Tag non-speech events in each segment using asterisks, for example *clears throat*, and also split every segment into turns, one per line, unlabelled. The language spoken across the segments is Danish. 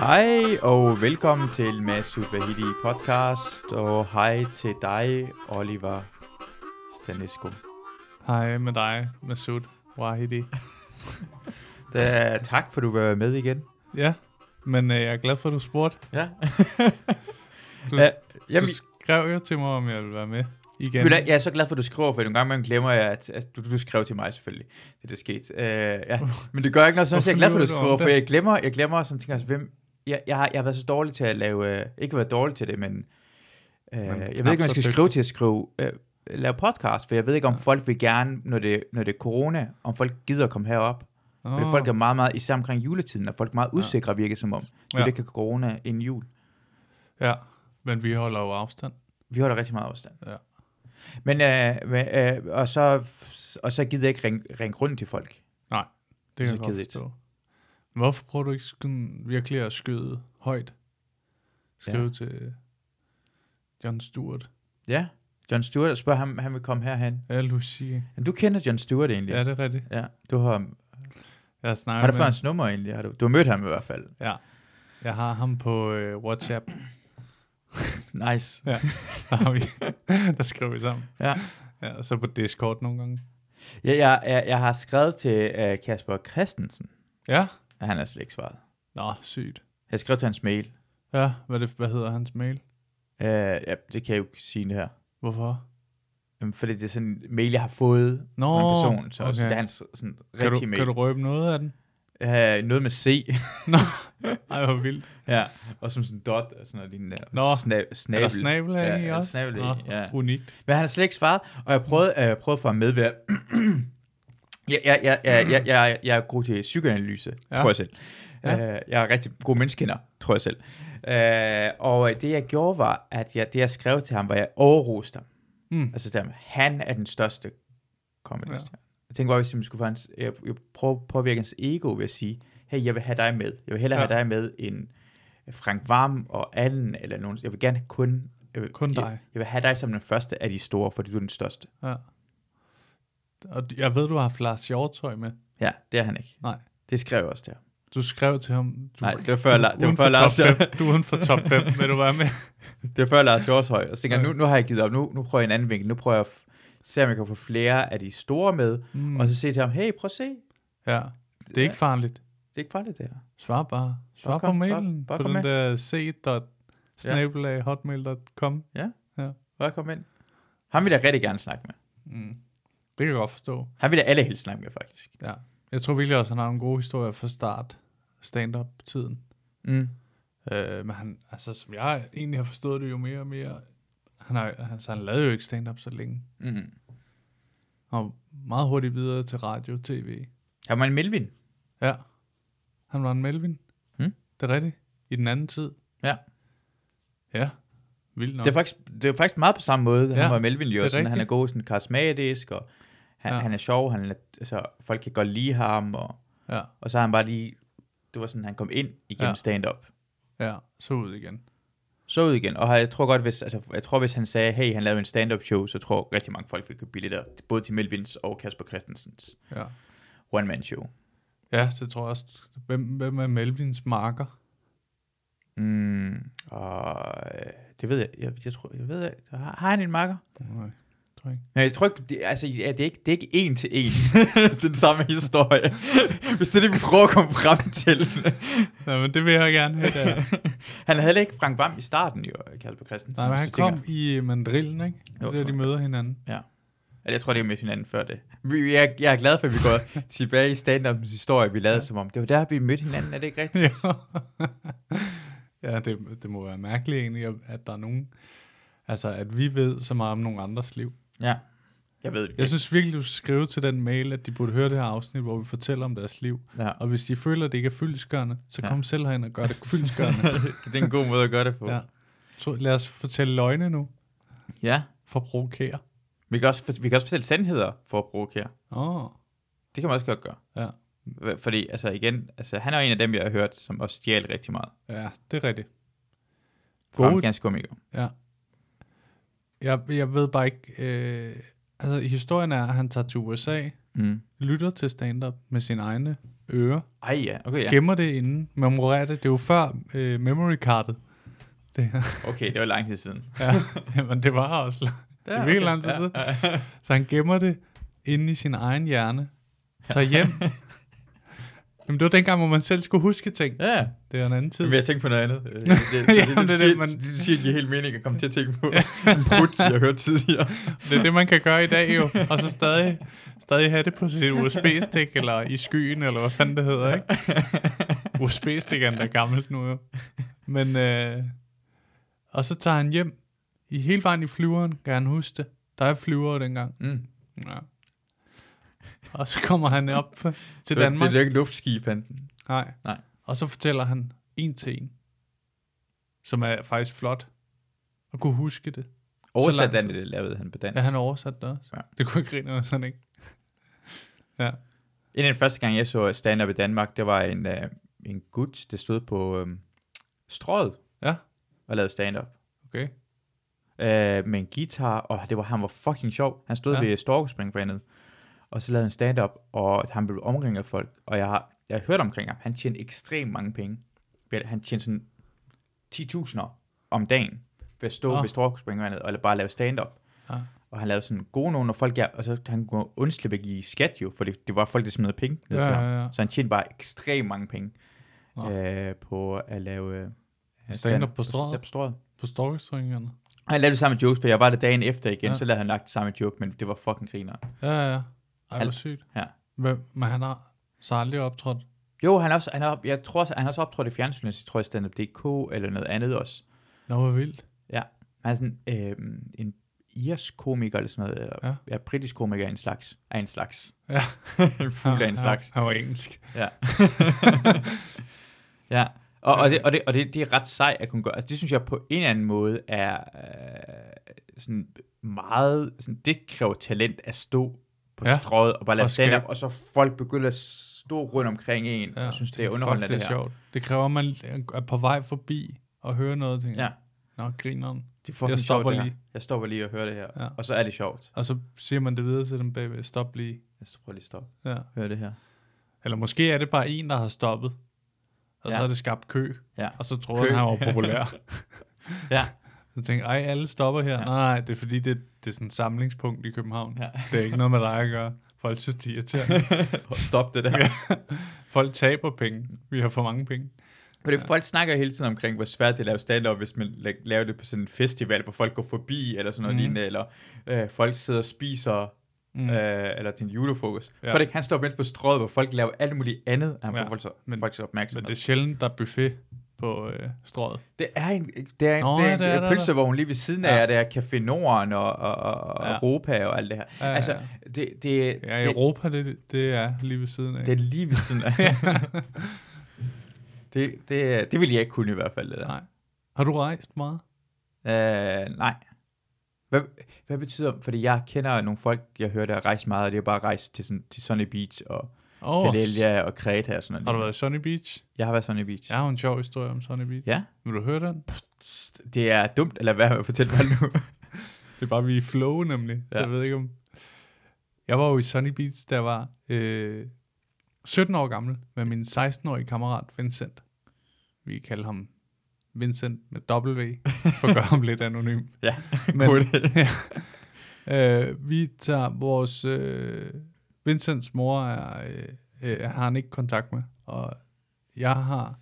Hej og velkommen til Mads Vahidi podcast, og hej til dig, Oliver Stanesco.
Hej med dig, Masoud Wahidi.
Da, tak for, du var med igen.
Ja, men øh, jeg er glad for, at du spurgte.
*laughs* Ja.
Du,
ja
Jamen,
jamen,
du skrev jo til mig, om jeg ville være med igen.
Ved du hvad, jeg er så glad for, at du skriver, for nogle gange man glemmer jeg, at, at du, du skrev til mig selvfølgelig, det der skete. Øh,
*laughs*
ja. Men det gør ikke noget, sådan, så jeg er glad for, at du
Hvorfor lyver du
skriver,
om
for
det?
jeg glemmer, jeg glemmer sådan tænker, altså, hvem, jeg, jeg, har, jeg har været så dårlig til at lave, øh, ikke været dårlig til det, men øh, jeg ved
knap
ikke, hvad jeg
så
skal
dygtig.
skrive til at skrive, øh, lave podcast, for jeg ved ikke, om
Ja.
folk vil gerne, når det, når det er corona, om folk gider at komme herop.
Nå,
Fordi folk er meget, meget, især omkring juletiden, er folk meget usikre, virker som om. Ja.
Ah. Ja.
Det kan corona inden jul.
Ja, men vi holder jo afstand.
Vi holder rigtig meget afstand.
Ja.
Men, øh, men øh, og, så, og så gider jeg ikke ringe, ringe rundt til folk.
Det kan
Så
jeg godt
kedeligt.
forstå. Men Hvorfor prøver du ikke sådan, virkelig at skyde højt? Skrive
Ja.
ja. til John Stewart.
Ja. John Stewart, jeg spørger ham, han vil komme herhen.
Ja, Lucie.
Men du kender John Stewart egentlig.
Ja, det er rigtigt.
ja. Du har,
Jeg har snakket
har du
med
fået hans nummer egentlig? Har du, du har mødt ham i hvert
*laughs*
fald.
Ja. Jeg har ham på øh, WhatsApp.
Nice.
Der, har vi, der skriver vi *laughs* sammen.
Ja.
ja. Og så på Discord nogle gange.
Ja, jeg, jeg, jeg har skrevet til øh, Kasper Christensen,
Ja.
og han har slet ikke svaret.
Nå, sygt.
Jeg har skrevet til hans mail.
Ja, hvad, det, hvad hedder hans mail?
Øh, ja, det kan jeg jo ikke sige det her.
Hvorfor?
Jamen, Fordi det er sådan en mail, jeg har fået
Nå,
fra en person. Så, okay. så
okay.
det er hans sådan,
Kan du,
rigtige mail.
kan du røbe noget af den?
Øh, noget med C.
Ej, hvor vildt.
ja. Og som sådan dot og sådan noget. lignende.
Nå.
Sna- snabel.
Snabel. Er der snabel
Ja,
af
er
i
der
også?
snabel i? Ja.
Unikt.
Men han har slet ikke svaret, og jeg prøvede, øh, jeg prøvede at få ham med ved at... Jeg, jeg, jeg, jeg, jeg, jeg, jeg er god til psykoanalyse, ja.
Mm. Ja.
tror jeg selv.
Ja.
Ja. Øh, jeg er rigtig god menneskender, tror jeg selv. Øh, og øh, det jeg gjorde var, at jeg, det jeg skrev til ham, var, at jeg overroste ham.
Mm.
Altså der, med, han er den største comedy ja. Jeg tænkte bare, hvis jeg skulle få hans, jeg, jeg prøve at påvirke hans ego ved at sige, hey, jeg vil have dig med. Jeg vil hellere ja.
Ja.
have dig med end øh, Frank Varm og Allen eller nogen. Jeg vil gerne kun... Jeg vil,
Kun
jeg,
dig.
Jeg vil have dig som den første af de store, fordi du er den største.
Ja. Og d- jeg ved, du har haft Lars Hjortøj med.
Ja, det er han ikke.
Nej.
Det skrev jeg også der.
Du skrev til ham. Du,
Nej, det var før, La- det var
uden
før
for top
Lars.
fem. Du er uden for top
*laughs*
5. Vil du være med?
Det var før Lars Jorshøj. Og så tænker jeg,
Ja.
nu, nu har jeg givet op. Nu, nu prøver jeg en anden vinkel. Nu prøver jeg at f- se, om jeg kan få flere af de store med. Mm. Og så siger jeg til ham, hey, prøv at se. Det
Ja. Det er ikke farligt.
er ikke farligt, det her.
Svar bare. Svar
Bare
på
kom,
mailen.
bare- bare
på
kom
den
med.
der c.snabelag.hotmail.com.
Bare kom ind. Ham vil jeg rigtig gerne snakke med.
Mm. Det kan jeg godt forstå.
Ham vil jeg alle helst snakke med, faktisk.
Ja. Jeg tror virkelig også, han har nogle gode historier fra start. Stand-up-tiden.
Mm.
Øh, men han, altså, som jeg egentlig har forstået det jo mere og mere, han, har, altså, han lavede jo ikke stand-up så længe.
Mm.
Han var meget hurtigt videre til radio, tv.
Han var en Melvin.
Ja. Han var en Melvin.
Hmm?
Det er rigtigt. I den anden tid.
Ja.
Ja. Vildt nok.
Det er, faktisk, det er faktisk meget på samme måde, ja,
Ja,
han var Melvin
det
jo.
er
Sådan, han er
rigtigt.
god, sådan karismatisk, og han, ja.
Ja.
han er sjov, han er, altså, folk kan godt lide ham, og,
Ja.
og så har han bare lige, det var sådan, han kom ind igennem ja.
Ja.
stand-up.
Ja. Så ud igen.
Så ud igen, og har- jeg tror godt, hvis, altså, jeg tror, hvis han sagde, hey, han lavede en stand-up show, så tror rigtig mange folk ville købe billetter, både til Melvins og Kasper Christensens
Ja.
one-man show.
Ja, det tror jeg også. Hvem, hvem er Melvins marker?
Mm, og øh, det ved jeg, jeg, jeg tror, jeg ved, jeg, har, har han en makker?
Nej, tror jeg ikke.
Men jeg tror ikke, det, altså, ja, det, er ikke, det er ikke en til en, *laughs* den samme historie. Hvis det er det, vi prøver at komme frem til.
Nej, men det vil jeg gerne have.
*laughs*
Der.
han havde heller ikke Frank Vam i starten, jo, Kasper Christensen.
Nej, men
Så
han
tænker
kom i øh, mandrillen, ikke?
Jo,
Jo, der
tror
de
jeg.
møder hinanden.
Jeg, jeg tror, det er med hinanden før det. Vi, jeg, jeg er glad for, at vi *laughs* går tilbage i stand-upens historie, vi lavede som om. Det var der, vi mødte hinanden, er det ikke
*laughs*
rigtigt?
ja, ja det, det må være mærkeligt egentlig, at- at der er nogen... Altså, at vi ved så meget om nogen andres liv.
*laughs* ja. Jeg ved det.
Jeg synes virkelig, du skal skrive til den mail, at de burde høre det her afsnit, hvor vi fortæller om deres liv.
ja.
Og hvis de føler, at det ikke er fyldeskørende, så
Ja.
kom selv herind og gør det
*laughs*
fyldeskørende.
*laughs* det er en god måde at gøre det på.
ja. Så lad os fortælle løgne nu,
ja.
for at provokere.
Vi, kan også, vi kan også fortælle sandheder for at provokere.
Åh, oh,
Det kan man også godt gøre.
Ja.
Hva- Fordi, altså igen, altså, han er jo en af dem, jeg har hørt, som også stjal rigtig meget.
ja, det er rigtigt.
Fra
Gode-
amerikanske komikere.
Jeg, jeg ved bare ikke, øh, Altså, historien er, at han tager til USA,
Mm.
lytter til stand-up med sine egne ører,
Ej ja, okay ja.
ja. gemmer det inden, memorerer det. Det er jo før øh, memory cardet. Det her.
Okay, det var lang tid siden.
*laughs* Ja, men det var også lang- det er virkelig lang tid siden.
Ja, ja.
Så han gemmer det inde i sin egen hjerne, tager hjem. Jamen, det var dengang, hvor man selv skulle huske ting.
ja. ja.
Det er en anden tid.
Men jeg tænkte på noget andet.
*laughs*
Øh, Det, det, det, det, det,
Jamen, det er
det, det,
det, man-
det, siger, det giver helt mening at komme til at tænke på *laughs* en brud, jeg hørte tidligere.
Det er det, man kan gøre i dag jo. Og så stadig, stadig have det på sit USB-stik, eller i skyen, eller hvad fanden det hedder, ikke? USB-stik er endda gammelt nu jo. Men, øh, og så tager han hjem. I hele vejen i flyveren, kan han huske det. Der er flyvere dengang.
Mm.
Ja. Og så kommer han op til
Det er
Danmark.
Det er jo ikke luftskib, han.
Nej.
Nej.
Og så fortæller han en til en, som er faktisk flot, og kunne huske det.
Oversat
langt
han
tid.
det, lavede han på dansk.
Ja, han oversatte det også.
Ja.
Ja. Det kunne jeg grine, sådan ikke.
En af de første gange, jeg så stand-up i Danmark, det var en, øh, en gut, der stod på øh, strøget
Ja.
og lavede stand-up.
Okay.
øh, med en guitar, og det var, han var fucking sjov. Han stod ja.
Ja.
ved Storkespringbrændet, og så lavede han stand-up, og han blev omringet af folk, og jeg har, jeg har hørt omkring ham, han tjente ekstremt mange penge. Ved- Han tjente sådan 10.000'er om dagen, ved at stå
Nå.
oh. ved Storkespringbrændet, eller bare lave stand-up.
Ja.
Og han lavede sådan gode nogen, og folk, ja, og så han kunne undslippe at give skat jo, for det, det var folk, der smed penge ned
Ja,
til ham.
ja, ja.
Så han tjente bare ekstremt mange penge
Nå.
øh, på at lave øh,
Stand-up på strøget?
stand-up på strøget.
På storkestringerne.
Og Han lavede de samme jokes, for jeg var der dagen efter igen, ja.
Ja.
så lavede han lagt det samme joke, men det var fucking griner.
Ja, ja, ja. Ej,
Han-
hvor sygt.
ja.
Men, men han har så aldrig optrådt.
Jo, han er også, han er, jeg tror, også- han har også optrådt i fjernsynet, jeg tror jeg stand-up.dk eller noget andet også.
Nå, hvor vildt.
Han er sådan øh, en irsk komiker eller sådan noget, ja.
Ja.
ja britisk komiker af en slags. Af en slags.
Ja.
*laughs* en fugl af en slags.
Han var engelsk.
Ja. *laughs* ja. Og, og, det, og, det, og det, det er ret sej at kunne gøre. Altså, det synes jeg på en eller anden måde er øh, sådan meget... Sådan, det kræver talent at stå på ja.
Ja.
strøget og bare lave
Og
stand up,
skabe-
og så folk begynder at stå rundt omkring en, ja. og synes, det er
tænkte,
underholdende
fuck, det,
det,
er
her.
sjovt. Det kræver, at man er på vej forbi og hører noget. Tænker.
Ja,
jeg. Nå, grineren.
det er fucking
Jeg stopper
sjovt, det her.
lige.
Jeg stopper lige og hører det her, ja.
Ja.
og så er det sjovt.
Og så siger man det videre til dem bagved. Stop lige.
Jeg prøver lige at stoppe.
Ja.
Hør det her.
Eller måske er det bare en, der har stoppet. Og ja.
Ja.
så har det skabt kø.
Ja.
Og så troede
Kø.
kø. han, han var populær.
*laughs* Ja.
*laughs* Så tænkte jeg, ej, alle stopper her.
Ja.
Ja. Nej, nej, det er fordi, det, det er sådan et samlingspunkt i København.
Ja.
Det er ikke noget med dig at gøre. Folk synes, de er irriterende.
*laughs* Stop det der.
Ja. Folk taber penge. Vi har for mange penge.
Fordi folk snakker hele tiden omkring, hvor svært det er at lave stand-up, hvis man la- laver det på sådan en festival, hvor folk går forbi, eller sådan noget mm.
Mhm.
lignende, eller øh, folk sidder og spiser, mm.
Mm.
øh, eller til en julefrokost. Ja.
Ja.
For det, han står midt på strøget, hvor folk laver alt muligt andet, og han
Ja,
får folk så,
men-
folk så opmærksom
Men
på.
det er
Det,
sjældent, der er buffet på øh, strøget.
det er en, det er en,
Nå,
det er
ja,
en
det er
det
der,
pølsevogn lige ved siden af
Ja.
jer, der er Café Norden og, og, og ja.
Ja.
Europa og alt det her.
Ja,
altså,
ja.
det, det,
Ja,
det,
Europa, det, det er lige ved siden af.
det er lige ved siden af. det, det, det ville jeg ikke kunne i hvert fald, det der.
Nej. *laughs* Har du rejst meget?
Øh, nej. Hvad, hvad betyder, fordi jeg kender nogle folk, jeg hører, der har rejst meget, og det er bare rejst til, sådan, til Sunny Beach og
Oh,
oh, Kalelia og Kreta og sådan noget.
Har du været i Sunny Beach?
Jeg har været i Sunny Beach.
Jeg har jo en sjov historie om Sunny Beach.
Ja.
Vil du høre den?
Det er dumt, eller hvad? *laughs* Fortæl mig nu.
Det er bare, vi er i flow nemlig.
Ja.
Ja. Jeg ved ikke om... Jeg var jo i Sunny Beach, da jeg var øh, 17 år gammel, med min 16-årige kammerat Vincent. Vi kan kalde ham Vincent med W, for at gøre ham lidt anonym. *laughs*
ja,
Men-
men,
*laughs* ja. øh, vi tager vores... Øh, Vincents mor er, øh, øh, har han ikke kontakt med, og jeg har...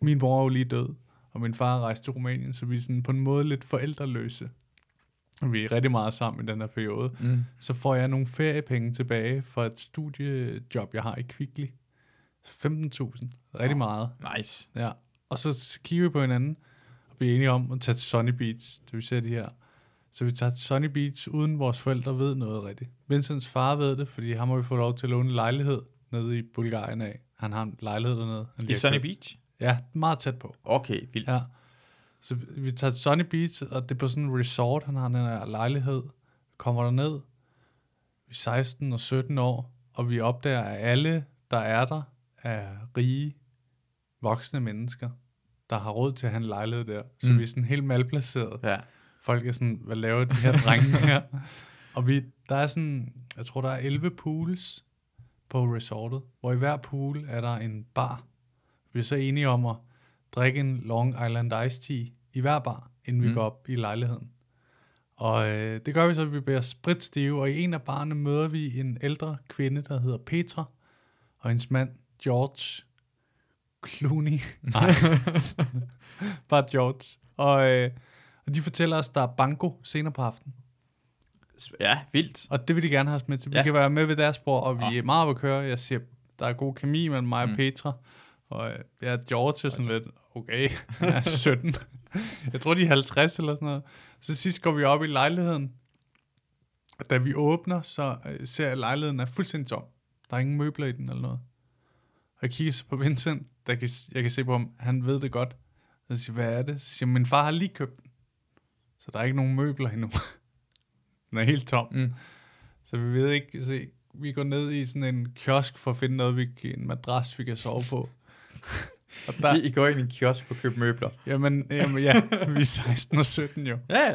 Min mor er jo lige død, og min far rejste til Rumænien, så vi er sådan på en måde lidt forældreløse. Og Vi er rigtig meget sammen i den her periode.
mm,
Så får jeg nogle feriepenge tilbage fra et studiejob, jeg har i Kvickly. 15.000. Rigtig meget.
nice.
Ja, og så s- kigger vi på hinanden og bliver enige om at tage til Sunny Beach, det vi ser det her. Så vi tager til Sunny Beach, uden vores forældre ved noget rigtigt. Vincents far ved det, fordi ham har vi fået lov til at låne en lejlighed nede i Bulgarien af. Han har en lejlighed dernede. han lige
I
har
Sunny
købt.
Beach?
Ja, meget tæt på.
Okay, vildt.
Ja. Så vi tager til Sunny Beach, og det er på sådan en resort, han har den her lejlighed. Kommer der ned, vi er 16 og 17 år, og vi opdager, at alle, der er der, er rige, voksne mennesker, der har råd til at have en lejlighed der. Så
Mm.
mm. vi er sådan helt malplaceret.
ja.
Folk er sådan, hvad laver de her drenge her? Og vi, der er sådan, jeg tror, der er 11 pools på resortet, hvor i hver pool er der en bar. Vi er så enige om at drikke en Long Island Ice Tea i hver bar, inden vi
Mm.
mm. går op i lejligheden. Og øh, det gør vi så, at vi bliver spritstive, og i en af barne møder vi en ældre kvinde, der hedder Petra, og hendes mand, George Clooney. Nej, *laughs* bare George. Og, øh, og de fortæller os, der er banko senere på aftenen.
Ja, vildt.
Og det vil de gerne have os med til. Vi
Ja.
ja. kan være med ved deres bord, og vi
Ah.
er meget oppe at køre. Jeg siger, der er god kemi mellem mig og
Mm.
Petra. Og øh, ja, George er sådan lidt, okay, *laughs* jeg er 17. jeg tror, de er 50 eller sådan noget. Så sidst går vi op i lejligheden. Og da vi åbner, så øh, ser jeg, at lejligheden er fuldstændig tom. Der er ingen møbler i den eller noget. Og jeg kigger så på Vincent, der kan, jeg kan se på ham, han ved det godt. Så siger jeg, hvad er det? Så siger jeg, min far har lige købt den. Så der er ikke nogen møbler endnu. *laughs* den er helt tom.
Mm.
Så vi ved ikke, se, vi går ned i sådan en kiosk for at finde noget, vi, kan- en madras, vi kan sove på. og
Der.
der,
I, I går ind i en kiosk for at købe møbler.
jamen, jamen, ja, vi er 16 og 17 jo.
Ja,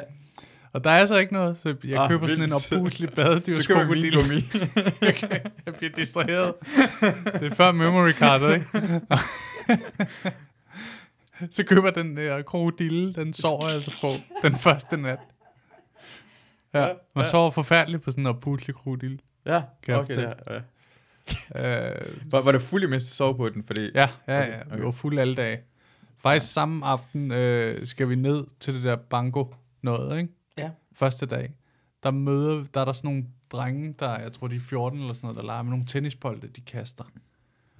Og der er så ikke noget, så jeg
Ah,
køber sådan en
vildt.
opuslig badedyrskrokodill. *laughs* okay, jeg bliver distraheret. Det er før memory cardet, ikke? *laughs* så køber den der krokodille, den sover jeg altså på den første nat. Ja,
Ja,
man
ja.
sover forfærdeligt på sådan en opuslig krokodille.
Ja,
Kan jeg
okay.
fortælle.
Ja, ja.
Øh,
Var, var det fuld imens du sov på den? Fordi,
Ja, ja,
Okay,
ja.
okay.
Vi var fulde alle dage. Faktisk ja. samme aften øh, skal vi ned til det der banko noget, ikke?
Ja.
Første dag. Der møder, der er der sådan nogle drenge, der, jeg tror de er 14 eller sådan noget, der leger med nogle tennisbolde, de kaster.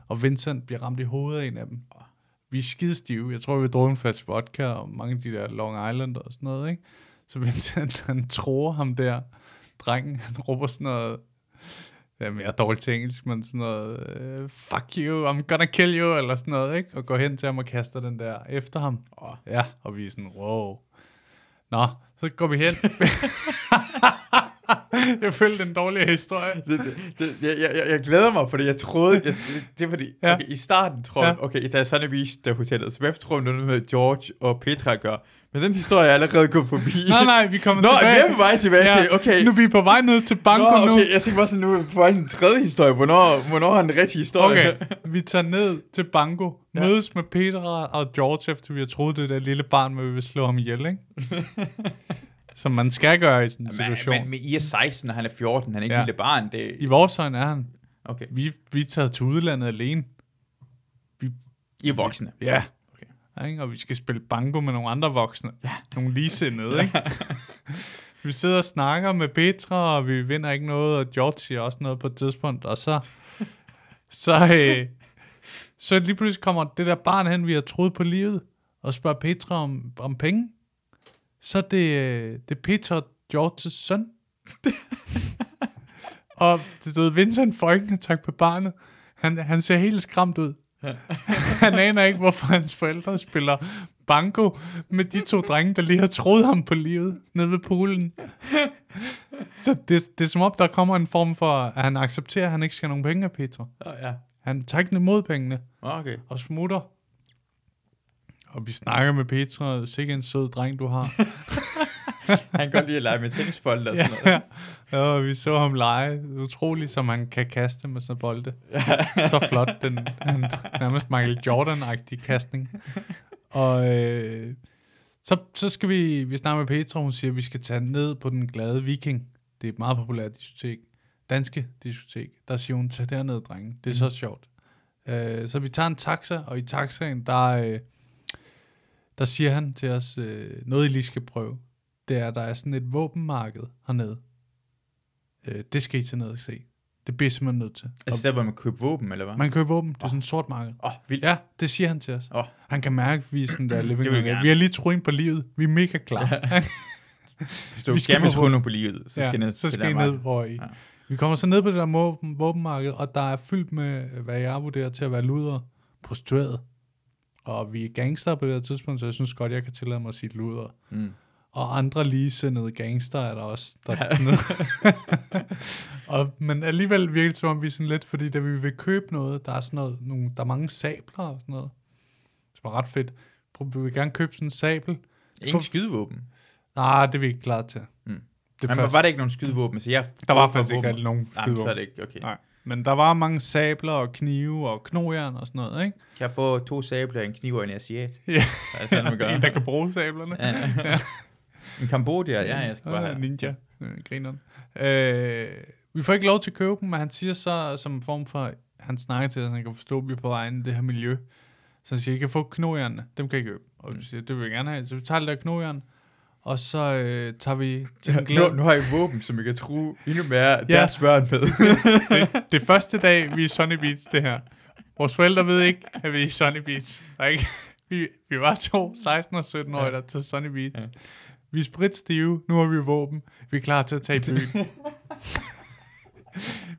Og Vincent bliver ramt i hovedet af en af dem. Vi er skidestive. Jeg tror, vi drog en flaske vodka og mange af de der Long Island og sådan noget, ikke? Så Vincent, *laughs* han tror ham der, drengen, han råber sådan noget, Jamen, jeg er dårlig til engelsk, men sådan noget, øh, fuck you, I'm gonna kill you, eller sådan noget, ikke? Og går hen til ham og kaster den der efter ham.
Åh.
Ja, og vi er sådan, wow. Nå, så går vi hen. *laughs* jeg følte en dårlig historie.
Det, det, det, jeg, jeg, jeg- jeg glæder mig, fordi jeg troede, jeg, det, det er fordi, ja.
Ja.
okay, i starten tror jeg,
Ja.
okay, der er Sunny Beach, der er hotellet, så hvad tror du noget med George og Petra gør? Men den historie er allerede gået forbi.
Nej, nej, vi kommer
Nå,
tilbage.
vi er på vej tilbage til, okay.
Nu er vi på vej ned til
Nå,
banko nu.
okay, jeg tænkte bare sådan, nu er vi på vej til en tredje historie. Hvornår, hvornår er en rigtig historie? *laughs*
Okay, vi tager ned til Bango,
Ja.
mødes med Peter og George, efter vi har troet det der lille barn, hvor vi vil slå ham ihjel,
*laughs*
ikke? Som man skal gøre i sådan en situation.
Men, men, men I er 16, og han er 14, han er ikke ja.
Ja.
lille barn. Det,
I vores øjne er han.
okay.
Vi, vi er taget til udlandet alene.
I er voksne.
Ja.
Okay.
Ja, ikke? Og vi skal spille banko med nogle andre voksne. Ja. Nogle ligesindede, ikke? *laughs* vi sidder og snakker med Petra, og vi vinder ikke noget, og George siger også noget på et tidspunkt, og så... så, øh, så lige pludselig kommer det der barn hen, vi har troet på livet, og spørger Petra om, om penge. Så er det, øh, det er Peter Georges søn. *laughs* og det ved Vincent får ikke en tak på barnet. Han, han ser helt skræmt ud. han aner ikke, hvorfor hans forældre spiller banko med de to drenge, der lige har troet ham på livet nede ved poolen. Så det, det er som om, der kommer en form for, at han accepterer, at han ikke skal have nogen penge af Peter.
Oh, ja.
Han tager ikke imod pengene
Nå, Okay.
og smutter. Og vi snakker med Petra, sikke en sød dreng, du har.
Han kan godt lide at lege med tennisbold og sådan noget.
ja. *laughs* ja, og vi så ham lege. Utroligt, som han kan kaste med sådan
*laughs*
en bolde. så flot, den, den nærmest Michael Jordan-agtig kastning. Og øh, så, så skal vi, vi snakker med Petra, hun siger, at vi skal tage ned på den glade viking. Det er et meget populært diskotek. Danske diskotek. Der siger hun, tag derned, drenge. Det er
Mm.
så sjovt. Øh, så vi tager en taxa, og i taxaen, der, øh, der siger han til os, øh, noget I lige skal prøve det er, at der er sådan et våbenmarked hernede. Øh, det skal I til ned og se. Det bliver simpelthen nødt til.
Altså der, hvor man køber våben, eller hvad?
Og man køber våben. Det er sådan et sort marked.
Åh, oh, vildt.
Ja, det siger han til os.
Åh.
Han kan mærke, at vi er
*clears throat*
sådan der living
Det vil jeg
on air.
gerne.
Vi har lige troen på livet. Vi er
*laughs*
mega klar.
Hvis du
vi
vi
skal
skal gerne
på
vil tro nu på livet, så skal ja, ned
så
til
skal I
den
ned,
mark.
hvor I...
Ja.
Ja. Vi kommer så ned på det der våben- våbenmarked, og der er fyldt med, hvad jeg vurderer til at være luder, prostitueret. Og vi er gangster på det her tidspunkt, så jeg synes godt, jeg kan tillade mig at sige luder.
Mm.
Og andre ligesindede gangster er der også. Der *laughs*
Ja.
ja. og, men alligevel virker det som om, vi er sådan lidt, fordi da vi vil købe noget, der er sådan noget, nogle, der er mange sabler og sådan noget. Det var ret fedt. Prøv, vi vil gerne købe sådan en sabel.
Ingen skydevåben.
Nej, det er vi ikke klar til.
Mm. Det men
første-
var der ikke nogen skydevåben, så jeg...
Der var faktisk ikke
våben.
rigtig nogen
Nej, men så er
skydevåben.
det ikke, okay.
Nej. Men der var mange sabler og knive og knojern og sådan noget, ikke?
Kan jeg få to sabler, en kniv og en asiat?
Ja.
Altså,
*laughs*
sådan, man gør.
en, der kan bruge sablerne.
Ja. en Kambodja, ja, jeg skal bare
Ah,
have.
ninja. Øh, Grineren. Øh, vi får ikke lov til at købe dem, men han siger så som en form for, han snakker til os, han kan forstå, at vi er på vejen i det her miljø. Så han siger, I kan få knojerne, dem kan I købe. Og
Mm.
vi siger, det vil vi gerne have, så vi tager lidt af knojerne, og så øh, tager vi
*laughs*
til den
Nu,
glæde.
nu har I våben, som I kan true endnu mere ja.
deres
deres børn med.
*laughs* det, det er første dag, vi er i Sunny Beach, det her. Vores forældre ved ikke, at vi er i Sunny Beach. Der er ikke, vi, vi var to 16- og 17-årige, der til Sunny Beach. Ja. Vi er spritstive, nu har vi våben. Vi er klar til at tage i
*laughs*
byen.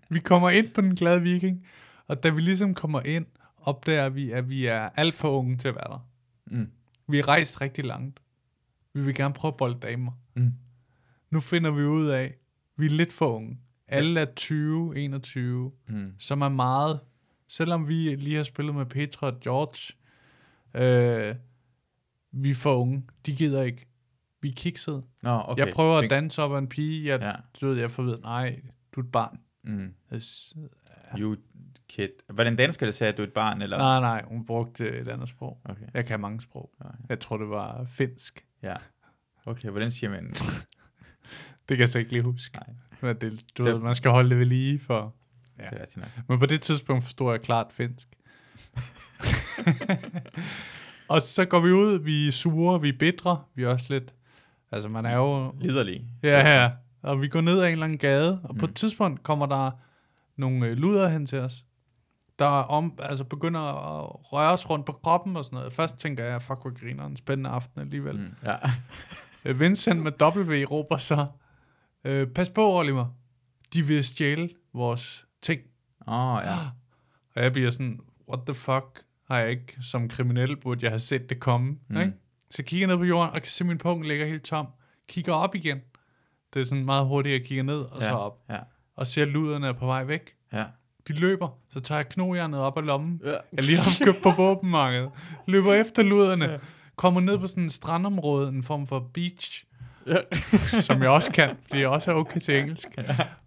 vi kommer ind på den glade viking, og da vi ligesom kommer ind, opdager vi, at vi er alt for unge til at være der.
mm.
Vi er rejst rigtig langt. Vi vil gerne prøve at bolde damer.
Mm.
Nu finder vi ud af, at vi er lidt for unge. Alle er 20, 21,
Mm.
som er meget, selvom vi lige har spillet med Petra og George, øh, vi er for unge. De gider ikke. Vi er kiksede.
Nå, okay.
Okay. Jeg prøver at
Det-
danse op af en pige. Jeg, ja.
Ja.
du ved, jeg får ved, nej, du er et barn.
Mm.
Jeg s-
You kid. Var det en dansker, der sagde, at du er et barn? Eller?
Nej, nej, hun brugte et andet sprog.
Okay.
Jeg kan mange sprog.
Nej.
Jeg tror, det var finsk.
Ja. Okay, hvordan siger man?
Det kan jeg så ikke lige huske.
Nej.
Men det, du
Det-
ved, man skal holde det ved lige for...
Det er rigtigt nok.
Men på det tidspunkt forstod jeg klart finsk. *laughs* og så går vi ud, vi er sure, vi er bitre, vi er også lidt... Altså, man er jo...
Liderlig.
Ja, ja. Og vi går ned ad en eller anden gade, og mm. på
Mm.
et tidspunkt kommer der nogle øh, luder hen til os, der om, altså begynder at røre os rundt på kroppen og sådan noget. Først tænker jeg, fuck, hvor griner en spændende aften alligevel. Mm.
Mm. Ja.
Vincent med W råber så, øh, pas på, Oliver, de vil stjæle vores ting.
Åh, oh, ja.
Og jeg bliver sådan, what the fuck har jeg ikke som kriminel, burde jeg have set det komme. Mm.
Mm.
Ikke? Så kigger jeg ned på jorden, og kan se, at min punkt ligger helt tom. Kigger op igen. Det er sådan meget hurtigt, at jeg kigger ned og ja. så
ja.
op.
Ja.
Og ser, at luderne er på vej væk.
Ja.
De løber, så tager jeg knojernet op af
*laughs*
lommen.
ja.
Jeg lige har købt på våbenmarkedet. Løber efter luderne. Kommer ned på sådan en strandområde, en form for beach
ja.
som jeg også kan, fordi jeg også er okay til engelsk.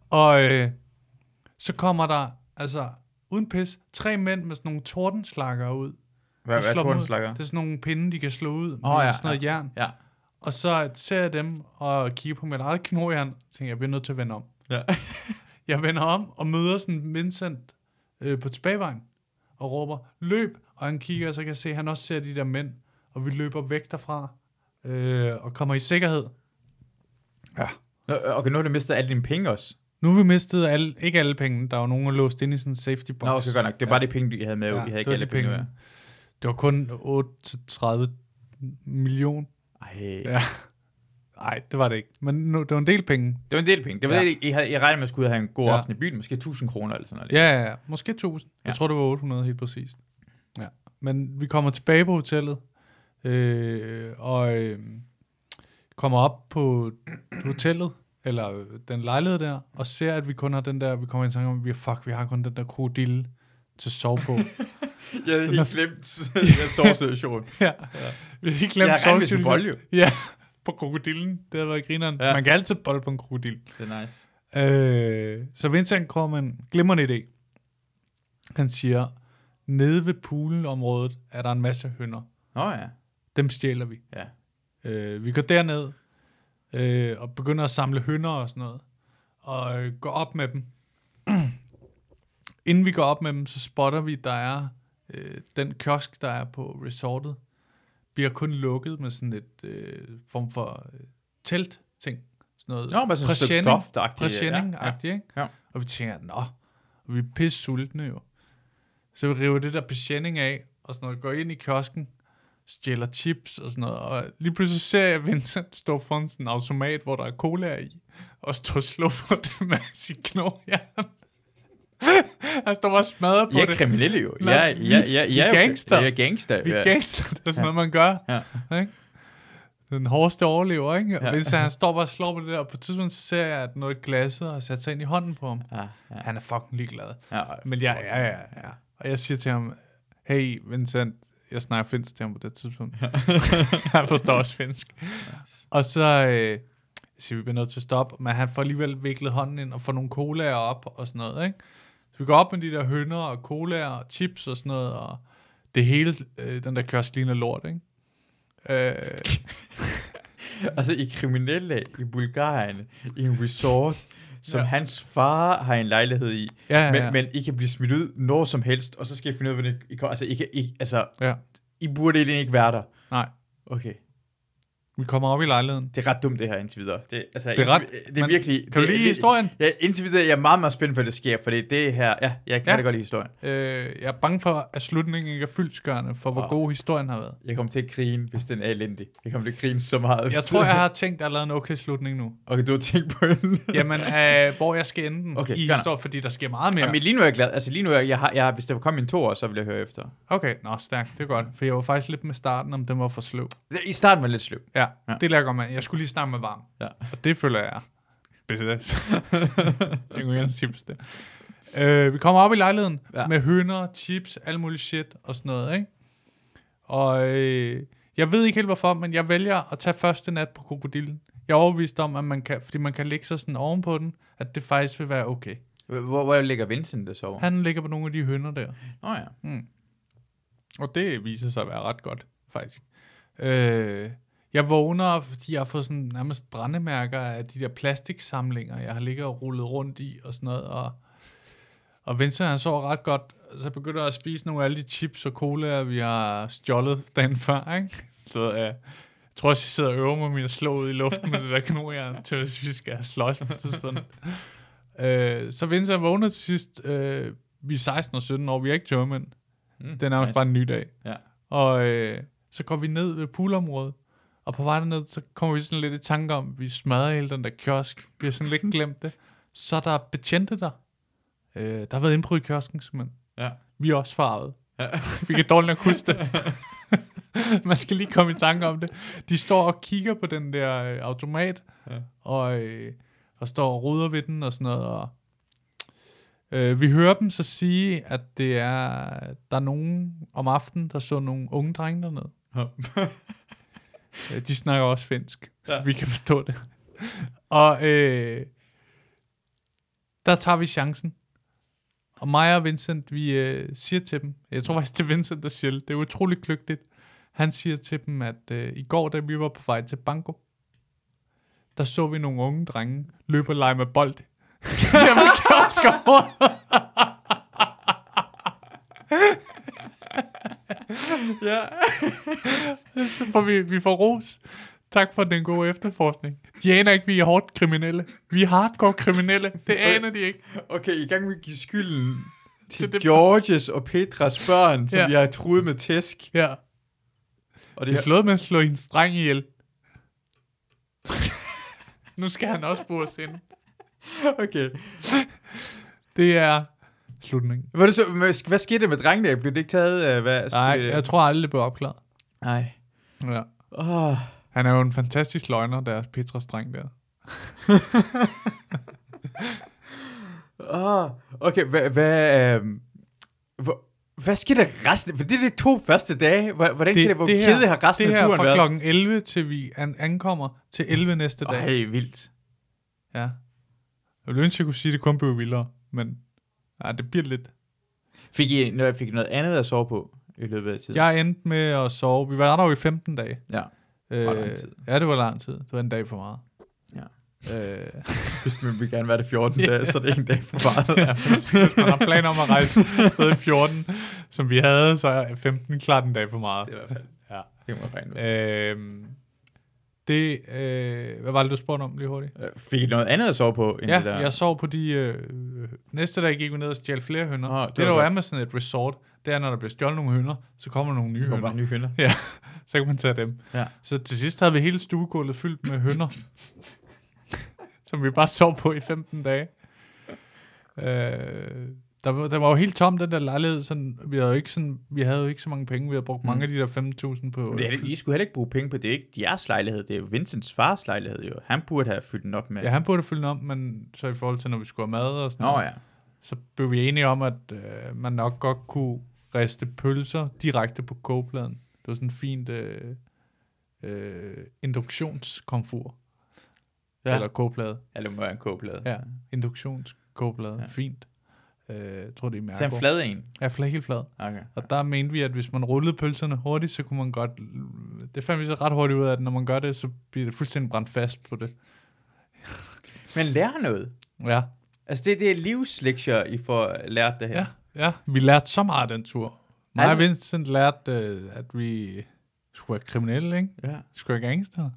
Og øh, så kommer der, altså uden pis, tre mænd med sådan nogle tordenslakker ud.
Hvad,
De
hvad tror
slår dem
du,
ud.
den slakker?
Det er sådan nogle pinde, de kan slå ud med
Åh, ja,
sådan noget jern.
Ja.
Og så ser jeg dem og kigger på mit eget knojern, og tænker, jeg bliver nødt til at vende om.
Ja.
Jeg vender om og møder sådan Vincent øh, på tilbagevejen og råber, løb! Og han kigger, og så kan jeg se, at han også ser de der mænd, og vi løber væk derfra øh, og kommer i sikkerhed.
Nå, øh, Okay, nu har du mistet alle dine penge også.
Nu har vi mistet alle, ikke alle pengene. Der var nogen, der er låst inde i sådan en safety box.
Nå, okay, godt nok. Det var bare de penge, du havde med. Ja, vi havde
det
ikke
var
alle
de
penge.
penge. Det var kun 38 million.
med. Ej.
Ja. Nej, det var det ikke. Men nu, det var en del penge.
Det var en del penge. Det var
Ja.
ja. det, I, havde, I regnede med, at skulle ud og have en god
Ja.
ja. aften i byen. Måske 1000 kroner eller sådan noget.
Ja, ja, ja. Måske 1000. Ja. Jeg
Ja.
tror, det var 800 helt præcist. Ja. Men vi kommer tilbage på hotellet, øh, og øh, kommer op på hotellet, eller øh, den lejlighed der, og ser, at vi kun har den der, vi kommer i tanke om, at vi, fuck, vi har kun den der krokodille til at sove på.
Jeg havde
Den helt
*laughs* glemt den sovsituation.
ja. Vi har ikke
Jeg
glemt
har regnet med
sovsylten.
sådan en bolle, jo.
*laughs* Ja, på krokodillen. Det har været grineren. Ja.
Ja.
Man kan altid bolle på en krokodil.
Det er nice.
Øh, så Vincent kommer med en glimrende idé. Han siger, nede ved poolområdet er der en masse hønder.
Nå ja.
Dem stjæler vi.
Ja.
Øh, vi går derned øh, og begynder at samle hønder og sådan noget. Og øh, går op med dem. *clears throat* Inden vi går op med dem, så spotter vi, der er øh, den kiosk, der er på resortet, bliver kun lukket med sådan et øh, form for øh, telt-ting. Sådan noget
Nå, bare sådan et stykke
presenning.
stof, der
Præsending-agtigt, ja, ja. ikke?
Ja.
Og vi tænker, nå, og vi er pisse sultne jo. Så vi river det der præsending af, og sådan noget, går ind i kiosken, stjæler chips og sådan noget, og lige pludselig ser jeg Vincent stå foran sådan en automat, hvor der er cola i, og stå og slå på det med sit knogjern. *laughs* Han står bare og smadrer på
I er
det.
kriminelle jo.
Nå,
Ja, ja,
vi-
ja, ja,
vi
ja,
er gangster.
Jeg er gangster.
Vi er
ja.
gangster, det er sådan noget, man gør. Ja. Ikke? Den hårdeste overlever, ikke? Og
Ja.
Vincent, han står bare og slår på det der, og på et tidspunkt så ser jeg, at noget glasset har sat sig ind i hånden på ham.
Ja, ja,
Han er fucking ligeglad.
ja.
Men ja, ja, ja, ja. Og jeg siger til ham, hey Vincent, jeg snakker *laughs* finsk til ham på det tidspunkt. han forstår også finsk. Og så, øh, siger, vi bliver nødt til at stoppe, men han får alligevel viklet hånden ind og får nogle colaer op og sådan noget, ikke? Så vi går op med de der hønder og colaer og chips og sådan noget, og det hele, øh, den der kiosk ligner lort, ikke? Øh,
Altså i kriminelle i Bulgarien, i en resort, som ja. hans far har en lejlighed i.
ja, ja,
Men,
ja.
men I kan blive smidt ud når som helst, og så skal I finde ud af, hvordan I kommer. Altså, I, kan, I, altså,
Ja.
I burde egentlig ikke være der.
Nej.
Okay.
vi kommer op i lejligheden.
Det er ret dumt, det her indtil videre. Det, altså,
Det er ret-
indtil- det er
men
virkelig...
Kan du
det,
lide
det,
historien?
Ja, indtil videre, jeg er meget, meget spændt på, hvad der sker, for det er det her... Ja, jeg kan
Ja.
ja. godt lide historien.
Øh, jeg er bange for, at slutningen ikke er fyldskørende for, hvor
Åh.
god historien har været.
Jeg kommer til at grine, hvis den er elendig. Jeg kommer til at grine så meget. hvis
Jeg tror, jeg har tænkt, at jeg har lavet en okay slutning nu.
*laughs* Okay, du har tænkt på den.
Jamen, øh, hvor jeg skal ende den
Okay,
okay, i
fair
historien, fordi der sker meget
Ja. *laughs*
mere.
Jamen, lige nu er jeg glad. Altså, lige nu er jeg... jeg, har, jeg hvis der kom en to år, så ville jeg høre efter.
Okay, nå, stærkt, det er godt. For jeg var faktisk lidt med starten, om den var for sløv.
I starten var det lidt sløv.
Ja,
Ja.
ja. det lærer jeg godt med. Jeg skulle lige starte med varm.
Ja.
Og det føler jeg. Business. jeg kunne gerne chips det. Øh, vi kommer op i lejligheden
Ja.
ja. med hønder, chips, alt muligt shit og sådan noget, ikke? Og øh, jeg ved ikke helt hvorfor, men jeg vælger at tage første nat på krokodillen. Jeg er overbevist om, at man kan, fordi man kan ligge sig sådan ovenpå den, at det faktisk vil være okay.
Hvor, hvor ligger Vincent det sover?
Han ligger på nogle af de hønder der.
Nå ja.
Og det viser sig at være ret godt, faktisk. Øh, jeg vågner, fordi jeg har fået sådan nærmest brændemærker af de der plastiksamlinger, jeg har ligget og rullet rundt i og sådan noget. Og, og Vincent, han sover ret godt, så jeg begynder at spise nogle af alle de chips og cola, vi har stjålet dagen før, ikke? Så øh, jeg tror også, jeg sidder og øver mig med at slå ud i luften med det der kanonjern, til hvis vi skal slås på et tidspunkt. Øh, så Vincent vågner til sidst. Øh, vi er 16 og 17 år, vi er ikke tørmænd.
Mm,
Det er nærmest nice. bare en ny dag.
Ja.
Og øh, så går vi ned ved poolområdet, og på vej derned, så kommer vi sådan lidt i tanke om, vi smadrer hele den der kiosk, vi har sådan
*laughs*
lidt glemt det. Så er der betjente der. Øh, der har været indbrud i kiosken, simpelthen.
Ja.
Vi er også farvet.
Ja.
*laughs* Vi kan dårligt nok huske
*laughs*
det. Man skal lige komme i tanke om det. De står og kigger på den der øh, automat,
Ja.
ja. og, øh, og står og ruder ved den og sådan noget. Og, øh, vi hører dem så sige, at det er, der er nogen om aftenen, der så nogle unge drenge dernede. *laughs* Øh, De snakker også finsk, ja. så
Ja.
vi kan forstå det. Og øh, der tager vi chancen. Og mig og Vincent, vi øh, siger til dem, jeg tror faktisk, det er Vincent, der siger det, det er utroligt kløgtigt. Han siger til dem, at øh, i går, da vi var på vej til Banko, der så vi nogle unge drenge løbe og lege med bold. *laughs* Jamen, kioskområdet. *laughs*
ja.
Så får vi, vi får ros. Tak for den gode efterforskning. De aner ikke, vi er hårdt kriminelle. Vi er hardcore kriminelle. Det aner de ikke.
Okay, i gang med at give
*laughs*
skylden til,
Til
til
det-
Georges og Petras børn, som ja.
Ja.
jeg har truet med tæsk.
Ja.
Og det
Vi er
er
slået med at slå en streng ihjel. nu skal han også bures ind.
okay.
Det er slutningen.
Var det så, hvad- hvad skete der med drengene? Blev det ikke taget? øh, Hvad,
Nej, jeg tror aldrig, det blev opklaret.
Nej.
Ja.
Oh.
Han er jo en fantastisk løgner, der er Petras dreng der.
Oh. Okay, hvad... Hvad, øhm, hvor, hvad sker der resten? For det er de to første dage. Hvor- Hvordan det, kan det, hvor kede har resten
det
af
her
turen
fra
været?
klokken 11 til vi an- ankommer til 11 næste dag.
Ej, vildt.
Ja. Jeg ville ønske, jeg kunne sige, at det kun blev vildere, men ja, det bliver lidt.
Fik I, når jeg fik noget andet at sove på i løbet af tiden?
Jeg endte med at sove. Vi var der jo i 15 dage.
Ja.
Øh,
var lang tid.
Ja, det var lang tid. Det var en dag for meget.
Ja.
Øh,
*laughs* Hvis man vil gerne være det 14
*laughs*
dage, så er det en dag for meget.
ja, hvis, hvis man har planer om at rejse afsted i 14, som vi havde, så er 15 klart en dag for meget.
Det er i hvert fald.
Ja.
Det kan man regne med.
Øh, det, øh, hvad var det, du spurgte om lige hurtigt?
Øh, Fik I noget andet at sove på? End
Ja,
det der?
jeg sov på de... Øh, næste dag gik vi ned og stjal flere hønder.
Åh, det
Oh,
var
det, det der jo
godt.
er med sådan et resort, det er, når der bliver stjålet nogle hønder, så kommer der nogle nye
Det var bare
hønder.
nye hønder.
Ja, så kan man tage dem.
Ja.
Så til sidst havde vi hele stuegulvet fyldt med hønder, *laughs* som vi bare sov på i 15 dage. Øh, der, var, der var jo helt tom, den der lejlighed. Sådan, vi, havde jo ikke sådan, vi havde jo ikke så mange penge. Vi havde brugt
Mm.
mange af de der 5.000 på...
Men Det er, I skulle heller ikke bruge penge på, det er ikke jeres lejlighed, det er Vincents fars lejlighed jo. Han burde have fyldt den op med.
Ja, han burde fylde den om, men så i forhold til, når vi skulle have mad og sådan
Nå ja.
så blev vi enige om, at øh, man nok godt kunne riste pølser direkte på kogepladen. Det var sådan en fint øh, øh, induktionskomfur. ja.
Ja.
eller kogeplade.
Eller må være en kogeplade.
Ja. Induktionskogeplade, ja.
Ja.
fint. Øh, jeg tror, det er mærke.
Så en flad en.
Ja, flad, helt flad.
Okay.
Og der mente vi, at hvis man rullede pølserne hurtigt, så kunne man godt... Det fandt vi så ret hurtigt ud af, at når man gør det, så bliver det fuldstændig brændt fast på det.
Men lærer noget.
Ja,
Altså, det, det er livslektier, I får lært det her.
ja, ja. Vi lærte så meget af den tur. Mig og
Altså-
Vincent lærte, øh, at vi skulle være kriminelle, ikke?
ja.
Skulle være gangster.